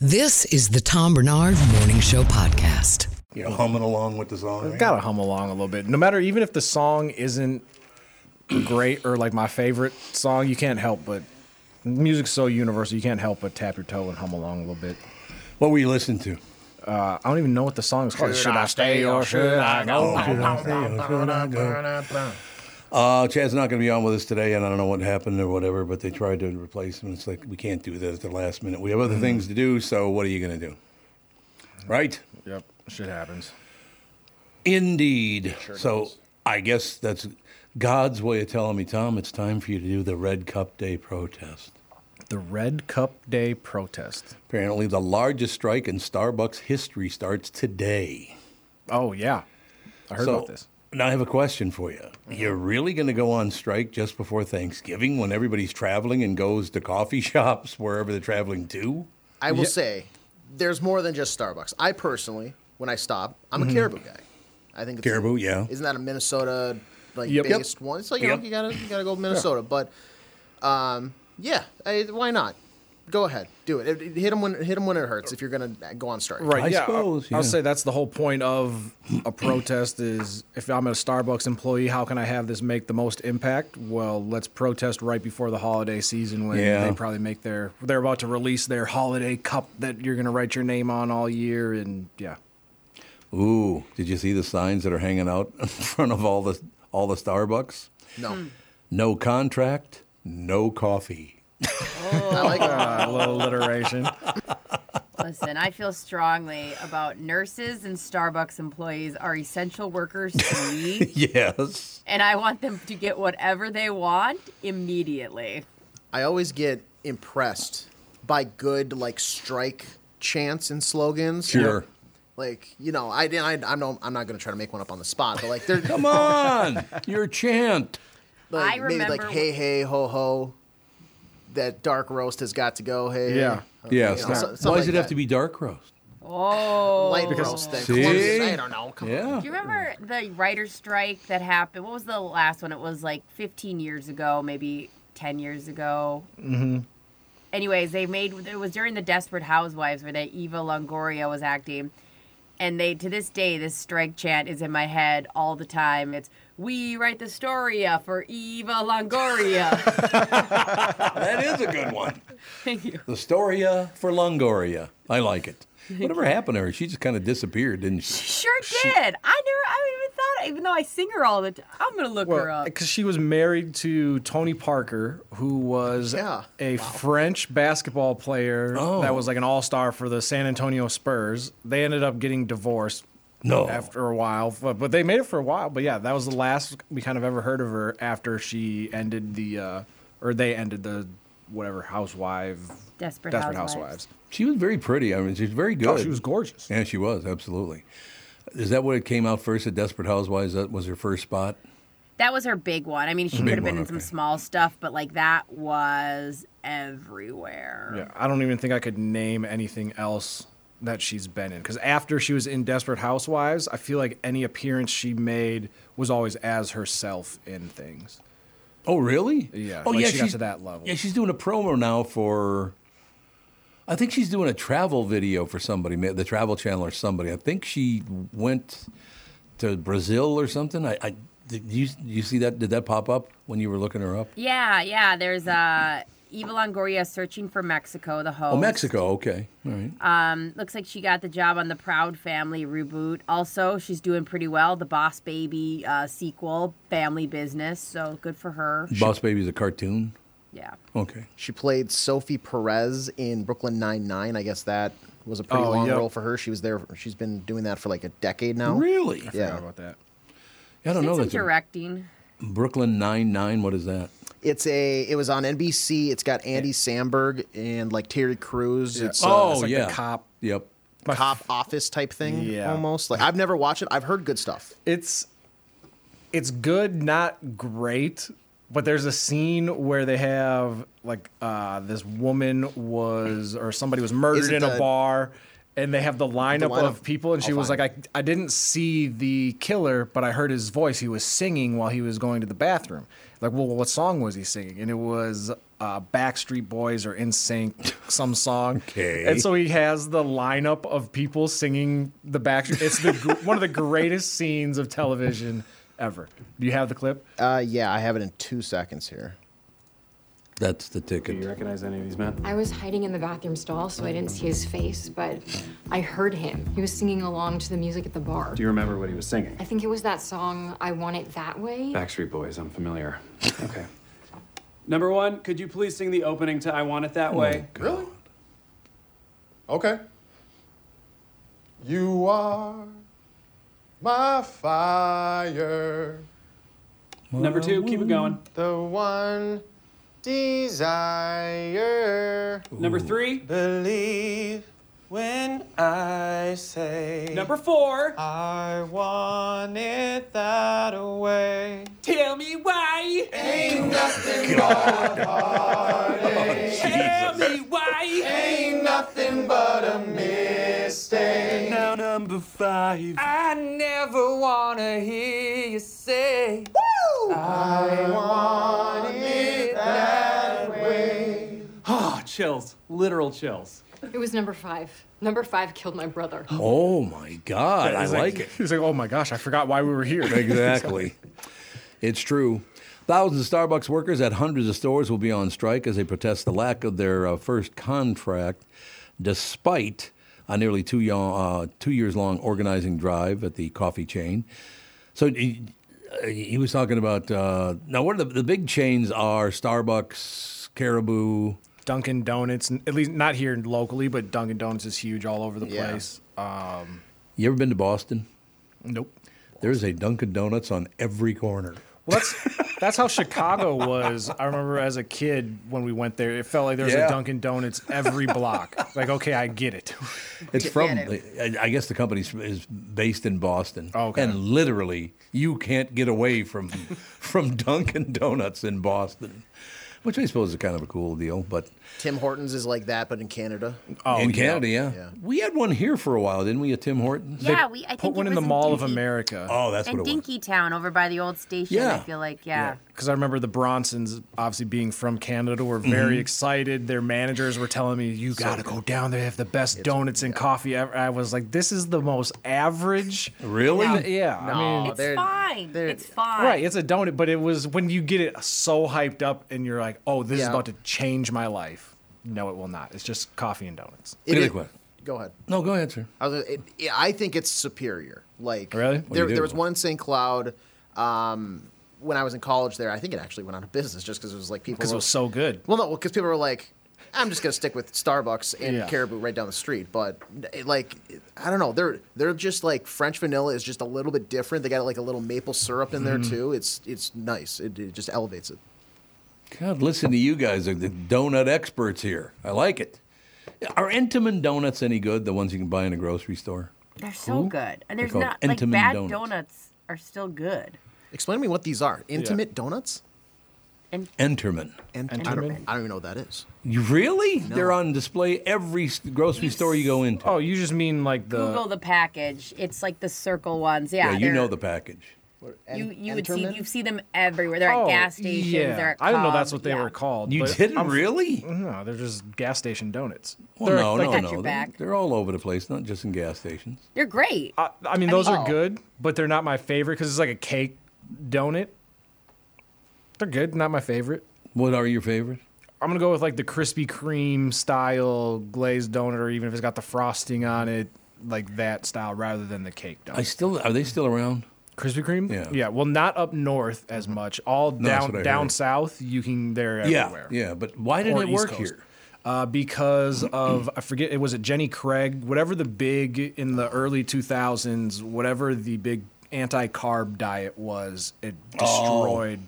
This is the Tom Bernard Morning Show Podcast.
You're humming along with the song.
I've got to hum along a little bit. No matter, even if the song isn't great or like my favorite song, you can't help but music's so universal. You can't help but tap your toe and hum along a little bit.
What were you listening to?
Uh, I don't even know what the song is called. Should I stay or should I go?
Oh,
[laughs]
Uh, Chad's not going to be on with us today, and I don't know what happened or whatever, but they tried to replace him. And it's like, we can't do that at the last minute. We have other things to do, so what are you going to do? Right?
Yep, shit happens.
Indeed. so I guess that's God's way of telling me, Tom, it's time for you to do the Red Cup Day protest.
The Red Cup Day protest.
Apparently, the largest strike in Starbucks history starts today.
Oh yeah, I heard about this.
Now I have a question for you. You're really going to go on strike just before Thanksgiving when everybody's traveling and goes to coffee [laughs] shops wherever they're traveling to?
I will say, there's more than just Starbucks. I personally, when I stop, I'm a
Mm-hmm.
Caribou guy. I think it's
Caribou, yeah.
Isn't that a Minnesota like
Yep. Yep.
based one? It's like you,
Yep.
know, you gotta you gotta go Minnesota, but um, yeah, I, why not? Go ahead, do it. It- it- Hit them when hit 'em when it hurts. If you're gonna go on strike,
Right.
I
yeah. I-
suppose, yeah.
I'll say that's the whole point of a protest is if I'm a Starbucks employee, how can I have this make the most impact? Well, let's protest right before the holiday season when
Yeah.
they probably make their they're about to release their holiday cup that you're going to write your name on all year and yeah.
Ooh, did you see the signs that are hanging out [laughs] in front of all the all the Starbucks?
No,
No contract, no coffee.
Oh. I
[laughs]
like it.
Uh, a little alliteration.
Listen, I feel strongly about nurses and Starbucks employees are essential workers
[laughs]
to me,
Yes.
and I want them to get whatever they want immediately.
I always get impressed by good like strike chants and slogans.
Sure.
Like you know, I didn't. I, I'm no. I'm not gonna try to make one up on the spot, but like
[laughs]
they're
Come
[laughs]
on, your chant.
like,
I
maybe like
remember-
hey hey ho ho. that dark roast has got to go. Hey,
Yeah.
uh,
Yeah,
you
it's
know,
not-
so-
Why
something
does it
like
have to be dark roast?
Oh,
Light roast then.
See?
Close, I don't know. Come
yeah.
Do you remember the writer's strike that happened? What was the last one? It was like 15 years ago, maybe 10 years ago.
Mm-hmm.
Anyways, they made it was during the Desperate Housewives where that Eva Longoria was acting. And they to this day this strike chant is in my head all the time. It's we write the story uh, for Eva Longoria.
that is a good one. [laughs] The Storia for Longoria. I like it.
Thank
Whatever
you.
happened to her? She just kind of disappeared, didn't she?
sure did. I never I even thought even though I sing her all the time. I'm going to look her
Well,
up.
because she was married to Tony Parker, who was
Yeah.
a French basketball player that was like an all star for the San Antonio Spurs. They ended up getting divorced.
No.
After a while, but, but they made it for a while. But yeah, that was the last we kind of ever heard of her after she ended the, uh, or they ended the whatever housewife.
Desperate,
Desperate
Housewives.
Housewives.
She was very pretty. I mean, she was very good.
Oh, she was gorgeous.
Yeah, she was absolutely. Is that what it came out first at Desperate Housewives? That was her first spot.
That was her big one. I mean, she
Big
could have been
one,
in some
okay.
small stuff, but like that was everywhere.
Yeah, I don't even think I could name anything else that she's been in. Because after she was in Desperate Housewives, I feel like any appearance she made was always as herself in things.
Oh, really?
Yeah.
Oh,
like
yeah.
She got
she's-
to that level.
Yeah, she's doing a promo now for. I think she's doing a travel video for somebody, ma- the Travel Channel or somebody. I think she went to Brazil or something. I, I did you you see that? Did that pop up when you were looking her up?
Yeah, yeah. There's uh, Eva Longoria searching for Mexico, the host.
Oh, Mexico. Okay, all right.
Um, looks like she got the job on the Proud Family reboot. Also, she's doing pretty well. The Boss Baby uh, sequel, Family Business. So good for her.
Boss Baby's a cartoon.
Yeah.
Okay.
She played Sophie Perez in Brooklyn Nine Nine. I guess that was a pretty
Oh,
long
yeah.
role for her. She was there. She's been doing that for like a decade now.
Really? I
Yeah.
forgot about that. I don't know.
Some
That's a-
directing.
Brooklyn Nine Nine. What is that?
It's a. It was on NBC. It's got Andy Samberg and like Terry Crews. It's uh,
oh
it's like the
yeah.
cop
Yep.
cop office type thing.
Yeah.
almost. Like I've never watched it. I've heard good stuff.
It's it's good, not great. But there's a scene where they have like uh, this woman was or somebody was murdered
Is it
in a
the-
bar, and they have the lineup,
lineup?
of people, and she
I'll
was
find
like, I, "I didn't see the killer, but I heard his voice. He was singing while he was going to the bathroom." Like, well, what song was he singing? And it was uh, Backstreet Boys or
[laughs]
In Sync, some song.
Okay.
And so he has the lineup of people singing the Backstreet. It's the gr- one of the greatest scenes of television ever. Do you have the clip?
Uh, yeah, I have it in two seconds here.
That's the ticket.
Do you recognize any of these men?
I was hiding in the bathroom stall, so I didn't see his face, but I heard him. He was singing along to the music at the bar.
Do you remember what he was singing?
I think it was that song, I Want It That Way.
Backstreet Boys, I'm familiar. Okay. Number one, could you please sing the opening to I Want It
Oh
That Way?
Really? Okay. You are my fire.
Number two, keep it going.
The one desire.
Number three.
Believe when I say.
Number four.
I want it that way.
Tell me why. Ain't nothing Tell me why. Ain't nothing but a mistake. Now number five. I never wanna hear you say. Woo! I want it that way. Oh, chills. Literal chills.
It was number five. Number five killed my brother.
Oh my God! I
He's
like it.
He's like, "Oh my gosh, I forgot why we were here." [laughs]
Exactly. it's true. Thousands of Starbucks workers at hundreds of stores will be on strike as they protest the lack of their uh, first contract, despite a nearly two, yo- uh, two years long organizing drive at the coffee chain. So he, he was talking about uh, now, what are the, the big chains are Starbucks, Caribou,
Dunkin' Donuts, at least not here locally, but Dunkin' Donuts is huge all over the
Yeah.
place. Um,
You ever been to Boston?
Nope.
There's a Dunkin' Donuts on every corner.
well, that's [laughs] that's how Chicago was. I remember as a kid when we went there, it felt like there was
Yeah.
a Dunkin' Donuts every block. like, okay, I get it.
It's from, I I guess the company is based in Boston.
Oh,
okay.
And [laughs] literally, you can't get away from from Dunkin' Donuts in Boston. which I suppose is kind of a cool deal. But
Tim Hortons is like that, but in Canada.
Oh,
in Canada, yeah. we had one here for a while, didn't we? At Tim Hortons.
Yeah, They we- I put think one it in the was in Mall of Dinky.
America. Oh, that's
and
what it was.
Dinky Town over by the old station. I
Yeah.
feel like yeah.
Because I remember the Bronsons, obviously being from Canada, were very
Mhm.
excited. Their managers were telling me, "You got to go down there. They have the best donuts and coffee ever." I was like, "This is the most average."
Really?
Yeah. yeah, I mean,
it's fine. It's fine.
Right, it's a donut, but it was when you get it so hyped up and you're like, "Oh, this is
Yeah.
about to change my life." No, it will not. It's just coffee and donuts.
It Really is- quick. Go ahead.
No, go ahead, sir.
I, was, it, yeah, I think it's superior. Like
Really? What do
there,
you do?
there was one in St. Cloud um, when I was in college. There, I think it actually went out of business just because it was like people
'Cause it
were-
was so good.
Well, no, because people were like, I'm just gonna stick with Starbucks and
Yeah.
Caribou right down the street. But it, like, I don't know. They're they're just like French vanilla is just a little bit different. They got like a little maple syrup in there
Mhm.
too. It's it's nice. It, it just elevates it.
God, listen to you guys, are the donut experts here. I like it. Are Entenmann donuts any good? The ones you can buy in a grocery store?
They're so
Who?
good, and
They're
there's
called
not like
Entenmann
bad donuts.
donuts.
are still good.
Explain to me what these are. Intimate donuts.
And
Enterman.
and I don't, I don't even know what that is.
You really? They're on display every s- grocery store you go into.
Oh, you just mean like
Google the package. It's like the circle ones. Yeah,
you
they're-
know the package.
You you would see
Enterman?
you see them everywhere. They're
Oh,
at gas stations. They're at
I didn't know that's
Cubs.
what they were called.
You
but
didn't really?
No, they're just gas station donuts.
Well,
They're
no,
like-
no, no. They're, they're all over the place, not just in gas stations.
They're great.
I, I mean, those are good, but they're not my favorite because it's like a cake donut. They're good, not my favorite.
What are your favorite?
I'm gonna go with like the Krispy Kreme style glazed donut, or even if it's got the frosting on it, like that style, rather than the cake donut.
I still are they still around?
Krispy Kreme?
Yeah.
Yeah, Mm-hmm. well, not up north as much. All
No, that's what
down
I
down
heard.
south, you can they're
Yeah,
everywhere.
yeah, but why didn't
Or
it
East
work
Coast.
here?
Uh, [clears throat] because of I forget it was a Jenny Craig, whatever the big in the early two thousands, whatever the big anti-carb diet was, it
Oh.
destroyed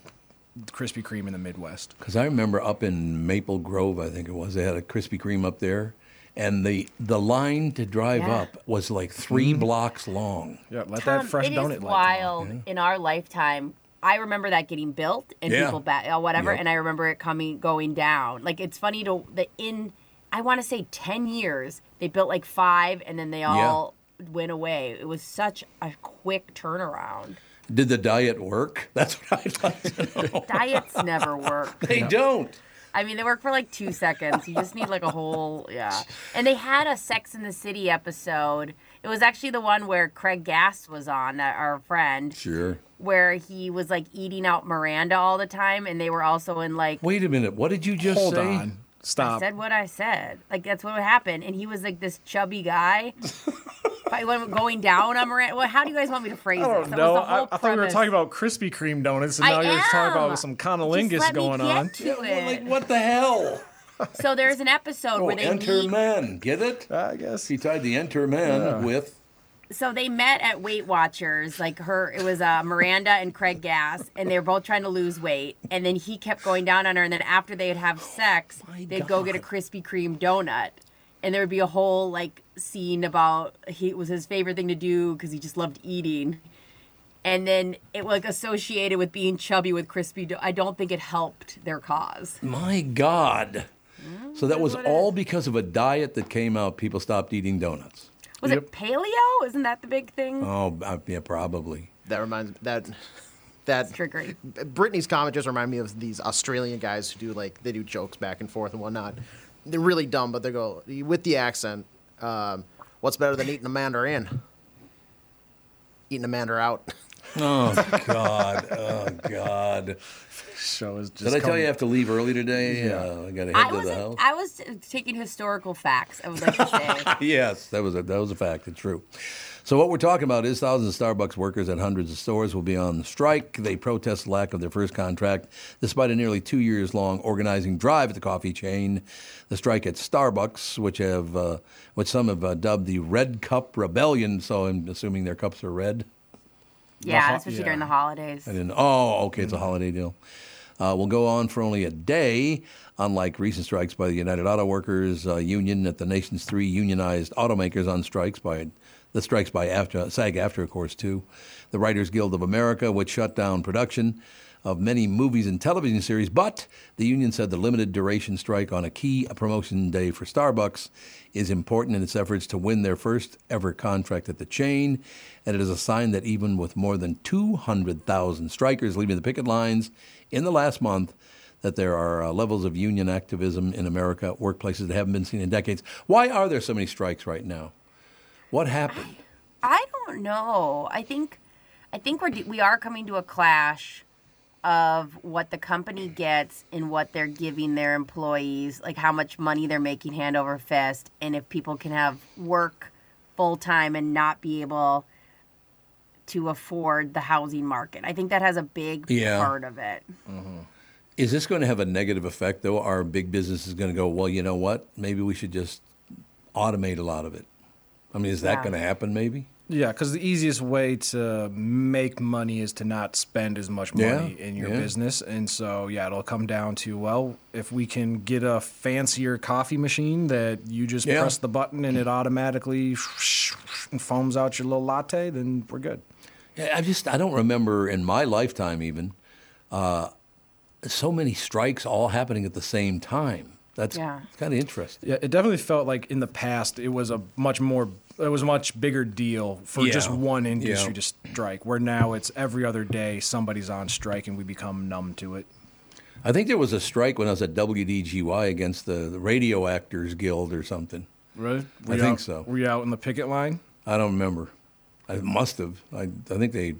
Krispy Kreme in the Midwest.
Because I remember up in Maple Grove, I think it was, they had a Krispy Kreme up there, and the the line to drive
Yeah.
up was like 3 blocks long.
Mm-hmm. Yeah, let
Tom, Um, it is wild in our lifetime. I remember that getting built and
Yeah.
people back or whatever,
Yep.
and I remember it coming going down. Like it's funny to the in I want to say ten years they built like five and then they all went away. It was such a quick turnaround.
Did the diet work? [laughs] That's what I'd like to know.
Diets never work.
they don't.
I mean, they work for like two seconds. You just need like a whole yeah. And they had a Sex in the City episode. It was actually the one where Craig Gass was on, uh, our friend.
Sure.
where he was like eating out Miranda all the time, and they were also in like.
Wait a minute. What did you just
Hold
say?
on.
I said what I said. Like that's what happened, and he was like this chubby
[laughs]
guy. I went going down on Miranda. Well, how do you guys want me to phrase this? That
No,
was the
I,
whole
I thought we were
premise.
talking about Krispy Kreme donuts, and
I
now you're talking
am.
about some conolingus
Just let me
going
get
on. [laughs]
to it.
what the hell? [laughs]
So there's an episode
Oh,
where they
enter
meet.
man. Get it?
I guess.
He tied the enter man
Yeah.
with.
So they met at Weight Watchers. Like her, it was uh, Miranda and Craig Gass, and they were both trying to lose weight. And then he kept going down on her. And then after they'd have sex, they'd go get a Krispy Kreme donut. And there would be a whole like scene about he it was his favorite thing to do because he just loved eating. And then it like associated with being chubby with crispy. Do- I don't think it helped their cause.
My God. So that was all because of a diet that came out. People stopped eating donuts.
Was it paleo? Isn't that the big thing?
Oh, I- yeah, probably.
That reminds that that
triggering.
Brittany's comment just remind me of these Australian guys who do like they do jokes back and forth and whatnot. They're really dumb, but they go with the accent. Um, what's better than eating a mandarin? Eating a mandar
[laughs]
out.
[laughs] Oh God! Oh God!
Show is
Did
just
I tell
coming-
you I have to leave early today? Yeah, I got to head
I
to
was
the house.
I was taking historical facts. I would like to say.
[laughs] yes, that was a, that was a fact. It's true. So what we're talking about is thousands of Starbucks workers at hundreds of stores will be on strike. They protest the lack of their first contract, despite a nearly two years long organizing drive at the coffee chain. The strike at Starbucks, which have uh, which some have uh, dubbed the Red Cup Rebellion. So I'm assuming their cups are red.
Yeah,
ho-
especially
yeah.
during the holidays.
I didn't. Oh, okay, it's a holiday deal. Uh, will go on for only a day, unlike recent strikes by the United Auto Workers uh, Union at the nation's three unionized automakers on strikes by the strikes by after SAG after, of course, too. The Writers Guild of America, which shut down production. of many movies and television series, but the union said the limited duration strike on a key promotion day for Starbucks is important in its efforts to win their first ever contract at the chain, and it is a sign that even with more than 200,000 strikers leaving the picket lines in the last month, that there are uh, levels of union activism in America, workplaces that haven't been seen in decades. Why are there so many strikes right now? What happened?
I don't know. I think, I think we're we are coming to a clash of what the company gets and what they're giving their employees, like how much money they're making hand over fist, and if people can have work full time and not be able to afford the housing market. I think that has a big
Yeah.
part of it.
Is this going to have a negative effect, though? Our big business is going to go, well, you know what? Maybe we should just automate a lot of it. I mean, is that
Yeah.
going to happen, maybe?
Yeah, because the easiest way to make money is to not spend as much money
Yeah,
in your
yeah.
business. And so, yeah, it'll come down to well, if we can get a fancier coffee machine that you just
Yeah.
press the button and it automatically and foams out your little latte, then we're good.
Yeah, I just I don't remember in my lifetime even uh, so many strikes all happening at the same time. That's
Yeah.
kind of interesting.
Yeah, it definitely felt like in the past it was a much more it was a much bigger deal for
Yeah.
just one industry
Yeah.
to strike. Where now it's every other day somebody's on strike and we become numb to it.
I think there was a strike when I was at WDGY against the, the Radio Actors Guild or something.
Really?
I
you
think
out-
so.
Were you out in the picket line?
I don't remember. I must have. I, I think they,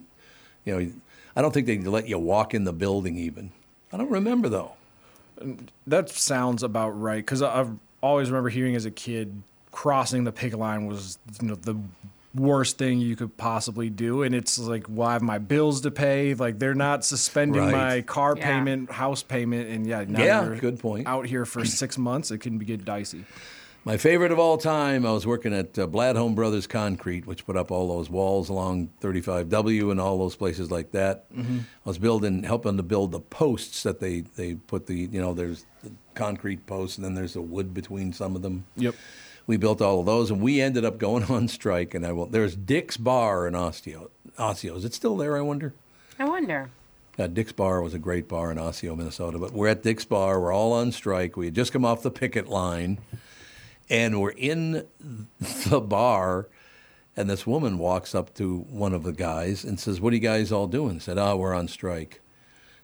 you know, I don't think they let you walk in the building even. I don't remember though.
That sounds about right because I've always remember hearing as a kid crossing the picket line was you know the worst thing you could possibly do and it's like well I have my bills to pay like they're not suspending
Right.
my car
Yeah.
payment house payment and yeah now
Yeah,
you're
good point
out here
[clears throat]
for six months it can be get dicey
My favorite of all time, I was working at uh, Bladholm Brothers Concrete, which put up all those walls along 35W and all those places like that.
Mhm.
I was building, helping to build the posts that they, they put the, you know, there's the concrete posts and then there's the wood between some of them.
Yep.
We built all of those and we ended up going [laughs] on strike. And I will, there's Dick's Bar in Osteo. Osteo. Is it still there, I wonder?
I wonder.
Uh, Dick's Bar was a great bar in Osseo, Minnesota. But we're at Dick's Bar. We're all on strike. We had just come off the picket line, and we're in the bar. And this woman walks up to one of the guys and says, "What are you guys all doing?" He said, "Ah, we're on strike."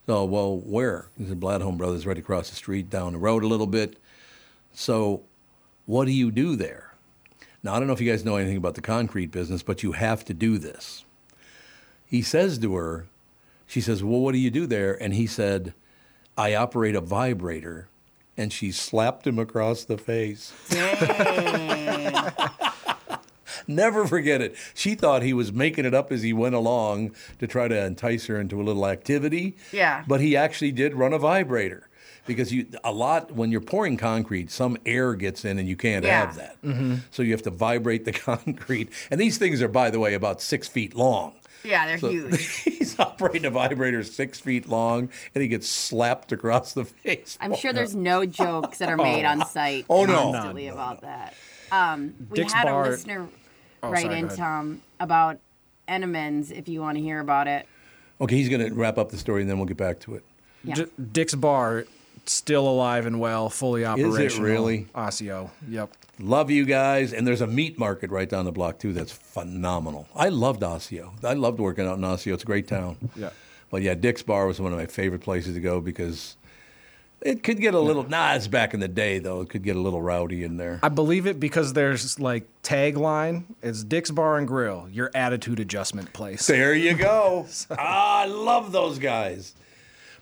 So, well, where? He said, "Bladholm Brothers, right across the street, down the road a little bit." So, what do you do there? Now, I don't know if you guys know anything about the concrete business, but you have to do this. He says to her, she says, Well, what do you do there? And he said, I operate a vibrator. And she slapped him across the face. Never forget it. She thought he was making it up as he went along to try to entice her into a little activity.
Yeah.
But he actually did run a vibrator because you a lot when you're pouring concrete, some air gets in and you can't
Yeah.
have that.
Mm-hmm.
So you have to vibrate the [laughs] concrete. And these things are, by the way, about six feet long.
Yeah, they're
So-
huge.
[laughs] He's operating a vibrator six feet long, and he gets slapped across the face.
I'm sure there's no jokes that are made
Oh.
on site
Oh, no.
constantly
No,
about that. Um, we
Dick's
had
Bar-
a listener
Oh,
write
sorry, go
in,
ahead.
Tom, about Enemans, if you want to hear about it.
Okay, he's going to wrap up the story, and then we'll get back to it.
Yeah.
D- Dick's Bar still alive and well, fully operational.
really?
Osseo. Yep.
Love you guys, and there's a meat market right down the block too. That's phenomenal. I loved Osseo. I loved working out in Osseo. It's a great town.
Yeah.
But yeah, Dick's Bar was one of my favorite places to go because it could get a little. Nah, it's back in the day though. It could get a little rowdy in there.
I believe it because there's like tagline. It's Dick's Bar and Grill, your attitude adjustment
[laughs]
place.
There you go. ah, I love those guys.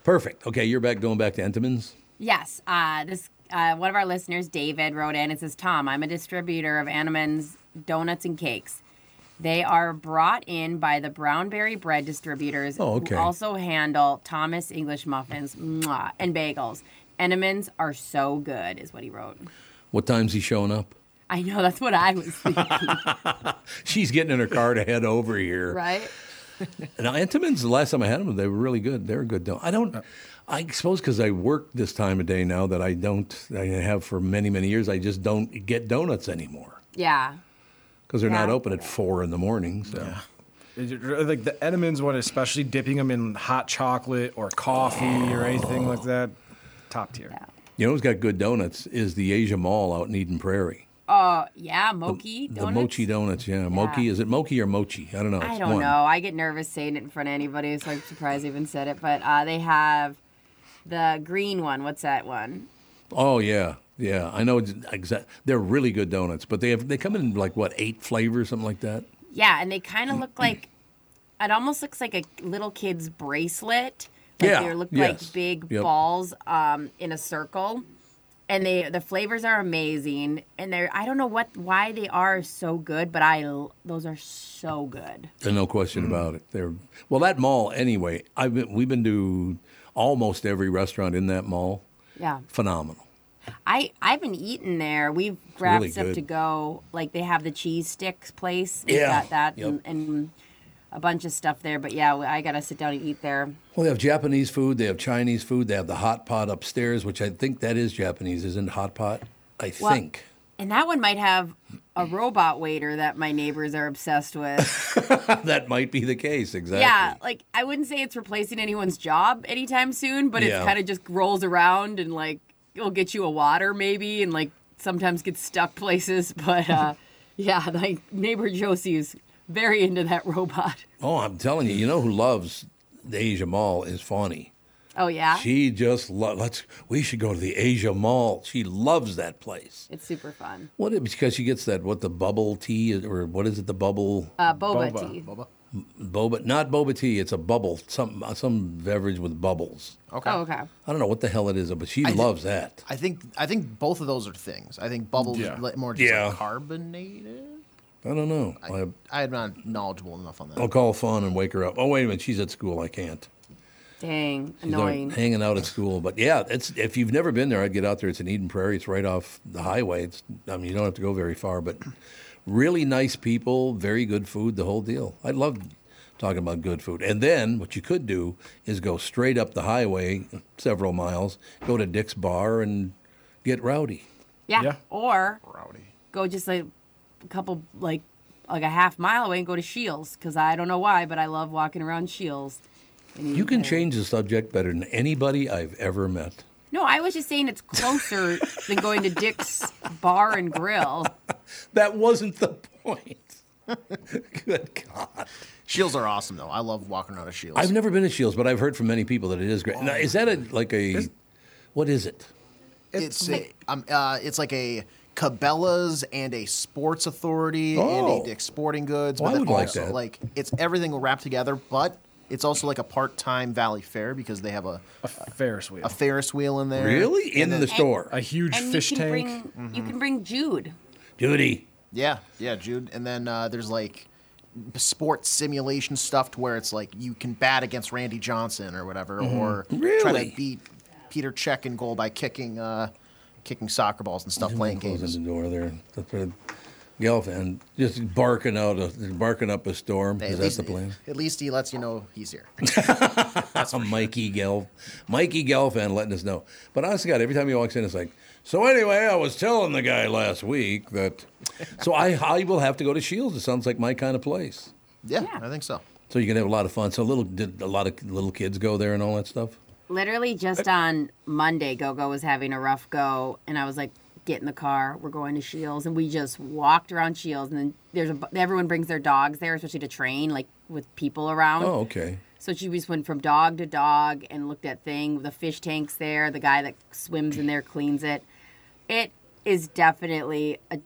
Perfect. Okay, you're back going back to Entenmann's.
Yes, uh, this uh, one of our listeners, David, wrote in and says, "Tom, I'm a distributor of Animan's donuts and cakes. They are brought in by the Brownberry Bread distributors,
Oh, okay.
who also handle Thomas English muffins mwah, and bagels. Animan's are so good," is what he wrote.
What time's he showing up?
I know that's what I
[laughs]
was thinking,
She's getting in her car to head over here.
right?
Now, Entenmann's, the last time I had them, they were really good. They were good. Though. I don't, I suppose because I work this time of day now that I don't, I have for many, many years, I just don't get donuts anymore
Yeah,
because they're not
Yeah.
open at four in the morning. So
It- Like the Edamins one, especially dipping them in hot chocolate or coffee or anything like that, top tier.
You know who's got good donuts is the Asia Mall out in Eden Prairie.
Uh, yeah, mochi
The
donuts?
mochi donuts, yeah. Mochi, is it mochi or mochi? I don't know.
I
It's
don't
one.
know. I get nervous saying it in front of anybody, so I'm surprised I even said it. But uh, they have the green one. What's that one?
Oh yeah, yeah. I know exactly. They're really good donuts, but they have they come in like what eight flavors, something like that.
Yeah, and they kind of
Mm-hmm.
look like it almost looks like a little kid's bracelet. Like
Yeah,
they look
yes.
like big
Yep.
balls um, in a circle. And they the flavors are amazing and they're I don't know what why they are so good, but I l- those are so good.
And no question about it. They're well that mall anyway. I've been, we've been to almost every restaurant in that mall.
Yeah.
Phenomenal.
I I haven't eaten there. We've grabbed
really
stuff
good.
to go. Like they have the cheese sticks place. We
Yeah,
got that
yep.
and, and a bunch of stuff there. But yeah, I gotta sit down and eat there.
Well, they have Japanese food. They have Chinese food. They have the hot pot upstairs, which I think that is Japanese, isn't it? hot pot? I
Well,
think. [laughs]
And that one might have a robot waiter that my neighbors are obsessed with.
that might be the case. [laughs] Exactly.
Yeah, like I wouldn't say it's replacing anyone's job anytime soon, but
Yeah.
it kind of just rolls around and like it'll get you a water maybe, and like sometimes gets stuck [laughs] places. But uh, yeah, like neighbor Josie is very into that [laughs] robot.
Oh, I'm telling you, you know who loves the Asia Mall is Fawny.
Oh yeah,
She just lo- let's. We should go to the Asia Mall. She loves that place.
it's super fun.
What it- because she gets that what the bubble tea is- or what is it the bubble
Uh, boba, tea.
boba not boba tea it's a bubble some uh, some beverage with bubbles.
Okay.
Oh, okay.
I don't know what the hell it is, but she
I thi-
loves that.
I think I think both of those are things. I think bubbles
Yeah.
li- more just
Yeah.
like carbonated.
I don't know. Oh, I,
I'm not knowledgeable enough on that.
I'll call Fawn and wake her up. Oh wait a minute, she's at school. I can't.
Dang,
She's out
annoying.
hanging out at school, but yeah, it's if you've never been there, I'd get out there. It's in Eden Prairie. It's right off the highway. It's I mean you don't have to go very far, but really nice people, very good food, the whole deal. I love talking about good food. And then what you could do is go straight up the highway several miles, go to Dick's Bar and get rowdy.
Yeah.
Yeah.
Or go just like a couple like like a half mile away and go to Shields because I don't know why, but I love walking around Shields. And
You can change the subject better than anybody I've ever met.
No, I was just saying
[laughs]
it's closer than going to Dick's Bar and Grill.
That wasn't the point. Good God.
Shields are awesome though. I love walking around a shield.
I've never been to Shields, but I've heard from many people that it is great. Now, is that a like a what is it?
It's a, um, uh, it's like a Cabela's and a Sports Authority and
Oh.
a Dick's Sporting Goods.
Well, I
but then
would like
also,
that.
Like it's everything wrapped together, but it's also like a part-time Valley Fair because they have a a
Ferris wheel,
a Ferris wheel in there.
Really? In the store?
a huge
and you can bring
Mm-hmm.
you can bring Jude.
Judy.
Yeah, yeah, Jude. And then uh, there's like sports simulation stuff to where it's like you can bat against Randy Johnson or whatever,
Mhm.
or try
Really?
to beat Peter Check in goal by kicking uh, kicking soccer balls and stuff, playing games.
Closing the door there. That's what- Gelfand just barking out, a, barking up a storm.
Hey,
is
at
that
least-
the plan?
[laughs] At least he lets you know he's here.
Mikey Gelf, Mikey Gelfand letting us know. But honestly, God, every time he walks in, it's like. So anyway, I was telling the guy last week
[laughs]
that. So I, I will have to go to Shields. It sounds like my kind of place.
Yeah, I think so.
So you can have a lot of fun. So little, did a lot of little kids go there and all that stuff.
Literally just on Monday, GoGo was having a rough go, and I was like, "Get in the car, we're going to Shields," and we just walked around Shields. And then there's a bu- everyone brings their dogs there, especially to train, like with people
Um,
around.
Oh, okay.
So she just went from dog to dog and looked at thing. The fish tanks there. The guy that swims in there cleans it. It is definitely a,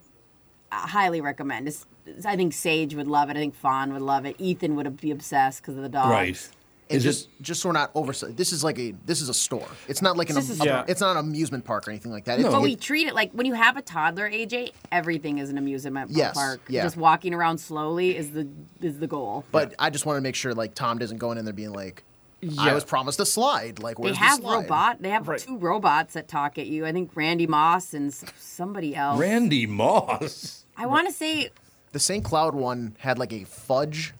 I highly recommend. It's, it's- I think Sage would love it. I think Fawn would love it. Ethan would be obsessed because of the dogs.
Um, And
Is it-
just, just so we're not over. This is like a this is a store. It's not like an
This is
a-
a-
it's not an amusement park or anything like that. It's-
But we
it-
treat it like when you have a toddler, AJ, everything is an amusement
Yes,
park.
yeah.
Just walking around slowly is the is the goal.
but I just want to make sure like Tom doesn't go in there being like, I
Yeah.
was promised a slide. Like
they
where's
have
the slide?
robot. They have two robots that talk at you. I think Randy Moss and s- somebody else.
Randy Moss.
I want to say
[laughs] The St. Cloud one had like a fudge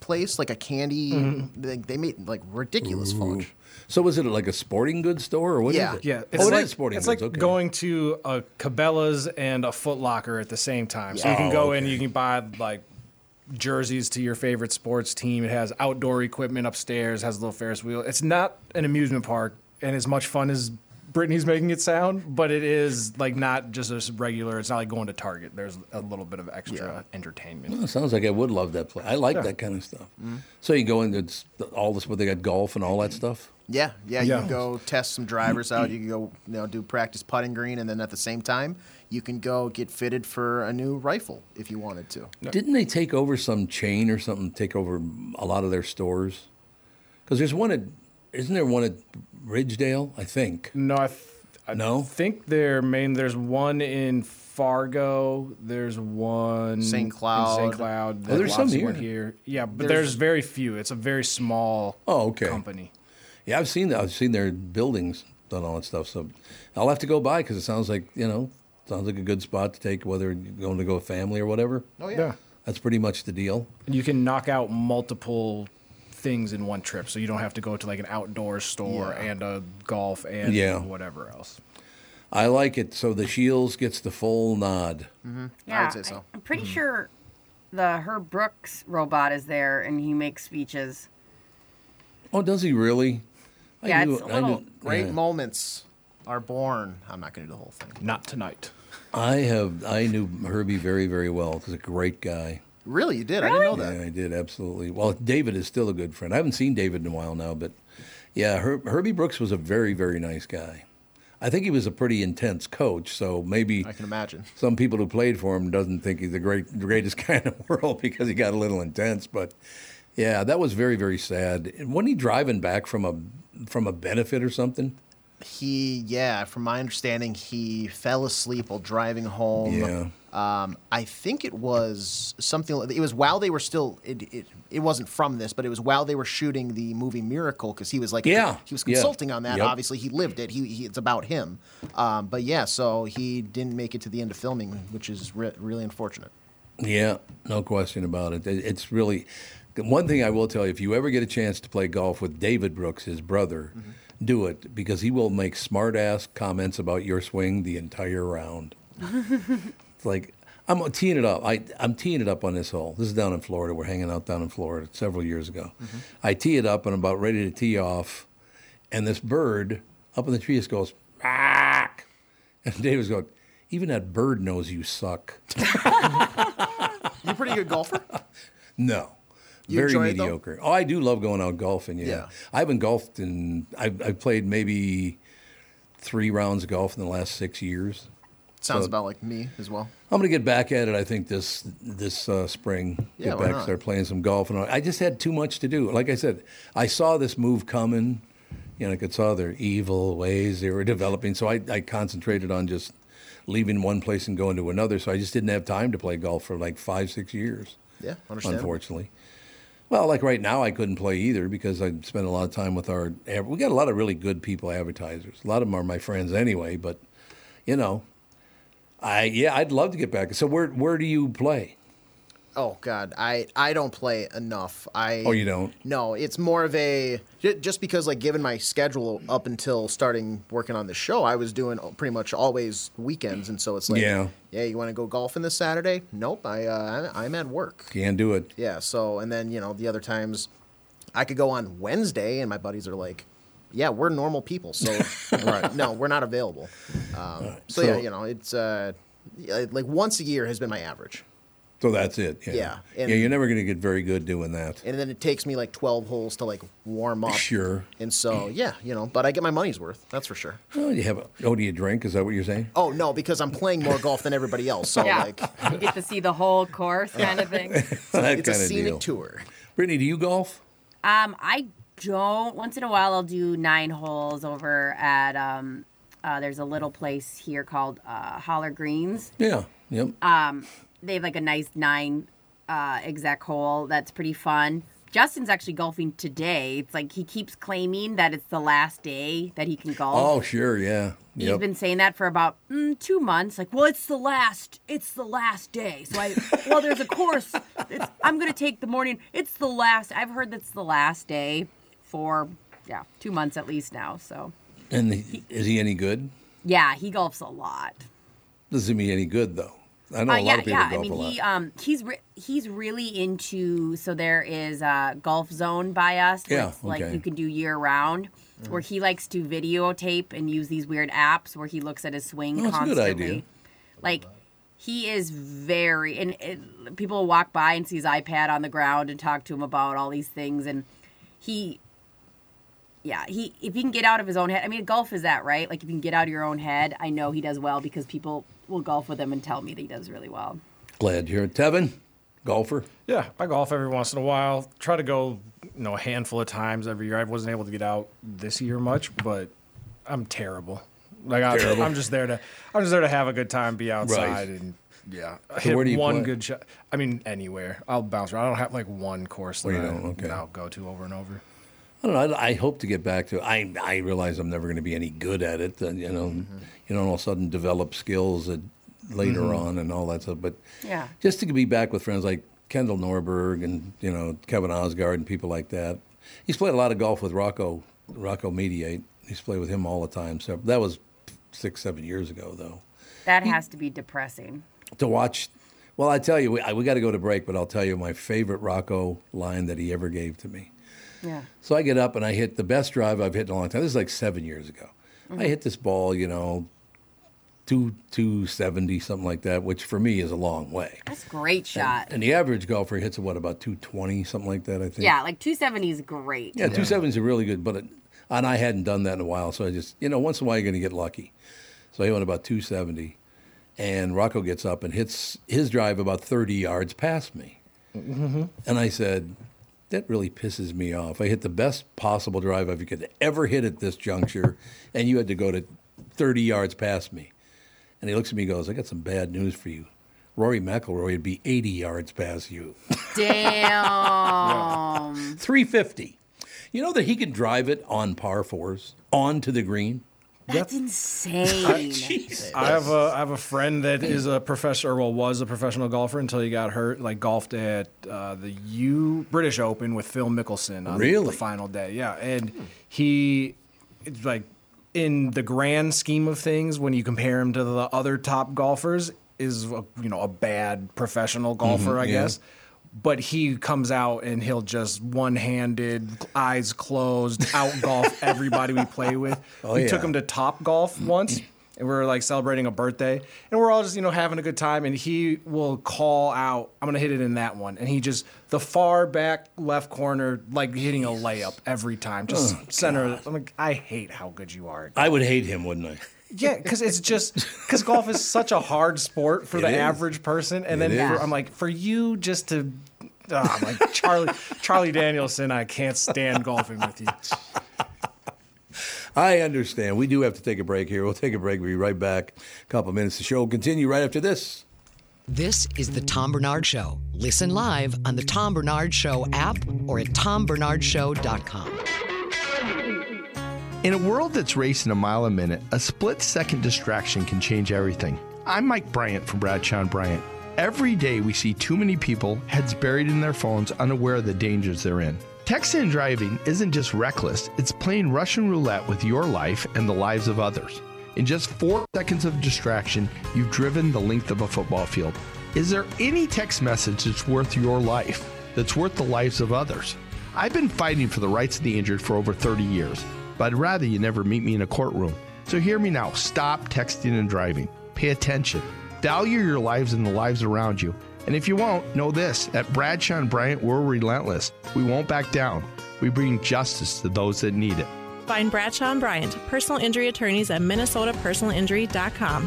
place, like a candy.
Mhm.
Mm-hmm.
They, they made like ridiculous fudge.
So was it like a sporting goods store or what is
Yeah.
it?
Yeah,
oh, it
like,
is sporting
it's
goods.
like
okay.
going to a Cabela's and a Foot Locker at the same time. So
Yeah.
you can
Oh,
go in, you can buy like jerseys to your favorite sports team. It has outdoor equipment upstairs, has a little Ferris wheel. It's not an amusement park, and as much fun as Brittany's making it sound, but it is like not just a regular. It's not like going to Target. There's a little bit of extra entertainment.
Well, it sounds like I would love that place. I like
Yeah.
that kind of stuff. So you go into it's all this, what they got golf and all that stuff.
Yeah, yeah. You
Yeah.
can go test some drivers out. You can go, you know, do practice putting green, and then at the same time, you can go get fitted for a new rifle if you wanted to.
Didn't they take over some chain or something? Take over a lot of their stores? Because there's one at, isn't there one at Ridgedale? I think.
No, I, th- I think they're main. There's one in Fargo. There's one
St.
in
Cloud.
St. Cloud.
Oh, there's some
obviously one
here.
Yeah, but there's,
There's-
very few. It's a very small.
Oh, okay.
Company.
Yeah, I've seen that. I've seen their buildings, done all that stuff. So I'll have to go by because it sounds like you know, sounds like a good spot to take whether you're going to go with family or whatever.
Oh, yeah. Yeah.
That's pretty much the deal.
And you can knock out multiple things in one trip, so you don't have to go to like an outdoor store and a golf and
Yeah.
whatever else.
I like it. So the Shields gets the full nod.
Mm-hmm.
Yeah, am pretty sure the Herb Brooks robot is there, and he makes speeches.
Oh, does he really?
Yeah, it's a little-
Great
yeah.
moments are born. I'm not going to do the whole thing.
Not tonight.
I have. I knew Herbie very, very well. He's a great guy.
Really, you did? I didn't know that.
Yeah, I did absolutely. Well, David is still a good friend. I haven't seen David in a while now, but yeah, Her- Herbie Brooks was a very, very nice guy. I think he was a pretty intense coach, so maybe I
can imagine
some people who played for him doesn't think he's the great, the greatest [laughs] guy in the world because he got a little intense. But yeah, that was very, very sad. And Wasn't he driving back from a from a benefit or something?
He, yeah, from my understanding, he fell asleep while driving home.
Yeah.
Um, I think it was something. It was while they were still. It, it it wasn't from this, but it was while they were shooting the movie Miracle because he was like,
Yeah,
he was
yeah.
consulting on that.
Yep.
Obviously, he lived it. He, he it's about him. Um, but yeah, so he didn't make it to the end of filming, which is re- really unfortunate.
Yeah, no question about it. It- It's really one thing I will tell you: if you ever get a chance to play golf with David Brooks, his brother, do it because he will make smart ass comments about your swing the entire round. It's like I'm teeing it up. I, I'm teeing it up on this hole. This is down in Florida. We're hanging out down in Florida several years ago. I tee it up and I'm about ready to tee off, and this bird up in the tree just goes, "Mack," and David's going. Even that bird knows you suck.
You're a pretty good
[laughs]
golfer.
No.
You
Very
enjoy it, though?
mediocre. oh, I do love going out golfing. Yeah.
Yeah.
I haven't golfed in, I've, I've played maybe three rounds of golf in the last six years.
Sounds
So
about like me as well.
I'm going to get back at it, I think, this this uh, spring.
Yeah,
get
why
back,
not?
start playing some golf. and all. I just had too much to do. Like I said, I saw this move coming. You know, I could saw their evil ways they were developing. So I, I concentrated on just leaving one place and going to another. So I just didn't have time to play golf for like five, six years
Yeah, understand.
unfortunately. Well, like right now, I couldn't play either because I spend a lot of time with our. We got a lot of really good people advertisers. A lot of them are my friends anyway, but you know, I yeah, I'd love to get back. So where where do you play?
Oh God, I I don't play enough. I
Oh, you don't?
No, it's more of a ju- just because like given my schedule up until starting working on the show, I was doing pretty much always weekends, and so it's like
Yeah.
yeah, you want to go golfing this Saturday? Nope, I uh, I- I'm at work.
Can't do it.
Yeah. So, and then, you know, the other times I could go on Wednesday and my buddies are like, yeah, we're normal people. So, no, we're not available. Um, so, yeah,
so-
you know, it's uh, yeah, like once a year has been my average.
So that's it. Yeah,
Yeah, and-
yeah you're never going to get very good doing that.
And then it takes me like 12 holes to like warm up.
Sure.
And so, yeah, you know, but I get my money's worth. That's for sure.
Well, you have. A, oh, do you drink? Is that what you're saying?
Oh, no, because I'm playing more golf than everybody else. So,
yeah,
like,
[laughs] you get to see the whole course kind of thing.
[laughs] that
it's a
kinda
scenic
deal.
tour.
Brittany, do you golf?
Um, I don't. Once in a while, I'll do nine holes over at um, uh, there's a little place here called uh, Holler Greens.
Yeah. Yep.
Um, they have like a nice nine uh, exec hole that's pretty fun. Justin's actually golfing today. It's like he keeps claiming that it's the last day that he can
Oh,
golf.
sure. Yeah.
He's
Yep.
been saying that for about mm, two months. Like, well, it's the last, it's the last day. So
[laughs]
I, well, there's a course. It's, I'm gonna take the morning. It's the last. I've heard that's the last day for, yeah, two months at least now. So
and he- is he any good?
yeah, he golfs a lot.
Doesn't mean any good though. I know a
Uh,
lot
yeah,
of people
yeah.
golf
I mean,
a lot.
he um he's re- he's really into. So there is a golf zone by us. where
Yeah,
it's, like
okay. Mm.
you can do year round. Where he likes to videotape and use these weird apps where he looks at his swing
Oh, that's a good
constantly.
idea.
Like he is very and it, people walk by and see his iPad on the ground and talk to him about all these things and he yeah, he if he can get out of his own head. I mean, golf is that, right? Like if you can get out of your own head, I know he does well because people will golf with him and tell me that he does really well.
Glad you're Tevin, golfer.
Yeah, I golf every once in a while. Try to go, you know, a handful of times every year. I wasn't able to get out this year much, but I'm terrible. Like I,
Terrible.
I'm just there to, I'm just there to have a good time, be outside, and yeah,
So
hit
where do you
one
play?
good shot. I mean, anywhere. I'll bounce around. I don't have like one course that
Oh, you
I,
don't? Okay.
that I'll go to over and over.
I don't know. I, I hope to get back to. I I realize I'm never going to be any good at it. And, you know,
Mm-hmm.
you know, all of a sudden develop skills that later
Mhm.
Mm-hmm.
on and all that stuff. But
Yeah.
just to be back with friends like Kendall Norberg and you know Kevin Osgard and people like that. He's played a lot of golf with Rocco Rocco Mediate. He's played with him all the time. So that was six seven years ago though.
That has to be depressing.
to watch. Well, I tell you, we, I- we got to go to break, but I'll tell you my favorite Rocco line that he ever gave to me.
Yeah.
So I get up and I hit the best drive I've hit in a long time. This is like seven years ago. I
Mhm.
hit this ball, you know, two two seventy something like that, which for me is a long way.
That's a great shot.
And the average golfer hits it what about two twenty something like that? I think.
yeah, like 270 is great.
Yeah, two seventies are really good, but it, and I hadn't done that in a while, so I just you know once in a while you're going to get lucky. So he went about two seventy, and Rocco gets up and hits his drive about thirty yards past me, and I said, "That really pisses me off. I hit the best possible drive I could ever hit at this juncture, and you had to go to thirty yards past me." And he looks at me, and goes, "I got some bad news for you. Rory McIlroy would be eighty yards past you."
[laughs]
Damn.
350. You know that he can drive it on par fours onto the green?
[laughs]
That's insane.
I have a I have a friend that is a professional, or well, was a professional golfer until he got hurt. Like golfed at uh, the U British Open with Phil Mickelson on
Really?
the final day. Yeah, and he it's like in the grand scheme of things, when you compare him to the other top golfers, is a, you know a bad professional golfer, I
Mm-hmm, yeah.
guess. But he comes out and he'll just one-handed, eyes closed, out
[laughs]
golf everybody we play with.
Oh,
we took
yeah.
him to Top Golf once, and we were like celebrating a birthday, and we're all just you know having a good time. And he will call out, "I'm gonna hit it in that one," and he just the far back left corner, like hitting a layup every time, just
Oh,
center. I'm like, I hate how good
[laughs]
you are.
I would hate him, wouldn't I?
Yeah, because it's just because golf is such a hard sport for
It
the
is.
average person, and
It
then
is.
for, I'm like, for you just to, Ah, I'm like Charlie Charlie Danielson, I can't stand golfing
[laughs]
with you.
I understand. We do have to take a break here. We'll take a break. We'll be right back. A couple minutes. The show will continue right after this.
This is The Tom Bernard Show. Listen live on the Tom Bernard Show app or at tombernardshow.com.
In a world that's racing a mile a minute, a split second distraction can change everything. I'm Mike Bryant from Bradshaw and Bryant. Every day we see too many people, heads buried in their phones, unaware of the dangers they're in. Texting and driving isn't just reckless, it's playing Russian roulette with your life and the lives of others. In just four seconds of distraction, you've driven the length of a football field. Is there any text message that's worth your life, that's worth the lives of others? I've been fighting for the rights of the injured for over 30 years, but I'd rather you never meet me in a courtroom. So hear me now stop texting and driving. Pay attention. Value your lives and the lives around you. And if you won't, know this at Bradshaw and Bryant, we're relentless. We won't back down. We bring justice to those that need it.
Find Bradshaw and Bryant, personal injury attorneys at minnesotapersonalinjury.com.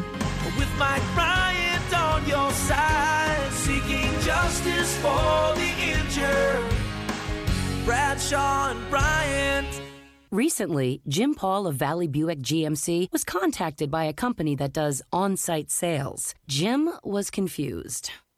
With Mike Bryant on your side, seeking justice for the injured. Bradshaw and Bryant.
Recently, Jim Paul of Valley Buick GMC was contacted by a company that does on site sales. Jim was confused.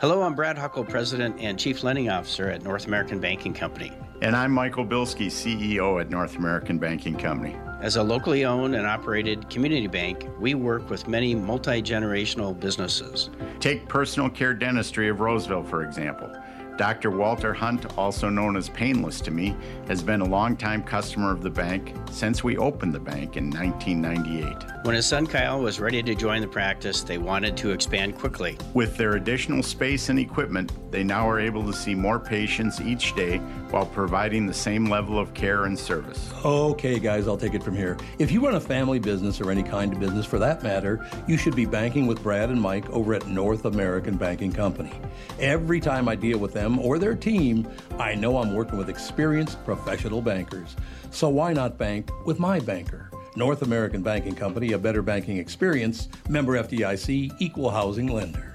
Hello, I'm Brad Huckle, President and Chief Lending Officer at North American Banking Company.
And I'm Michael Bilski, CEO at North American Banking Company.
As a locally owned and operated community bank, we work with many multi generational businesses.
Take personal care dentistry of Roseville, for example. Dr. Walter Hunt, also known as Painless to me, has been a longtime customer of the bank since we opened the bank in 1998.
When his son Kyle was ready to join the practice, they wanted to expand quickly.
With their additional space and equipment, they now are able to see more patients each day while providing the same level of care and service.
Okay, guys, I'll take it from here. If you run a family business or any kind of business for that matter, you should be banking with Brad and Mike over at North American Banking Company. Every time I deal with them or their team, I know I'm working with experienced professional bankers. So why not bank with my banker? North American Banking Company, a better banking experience, member FDIC, equal housing lender.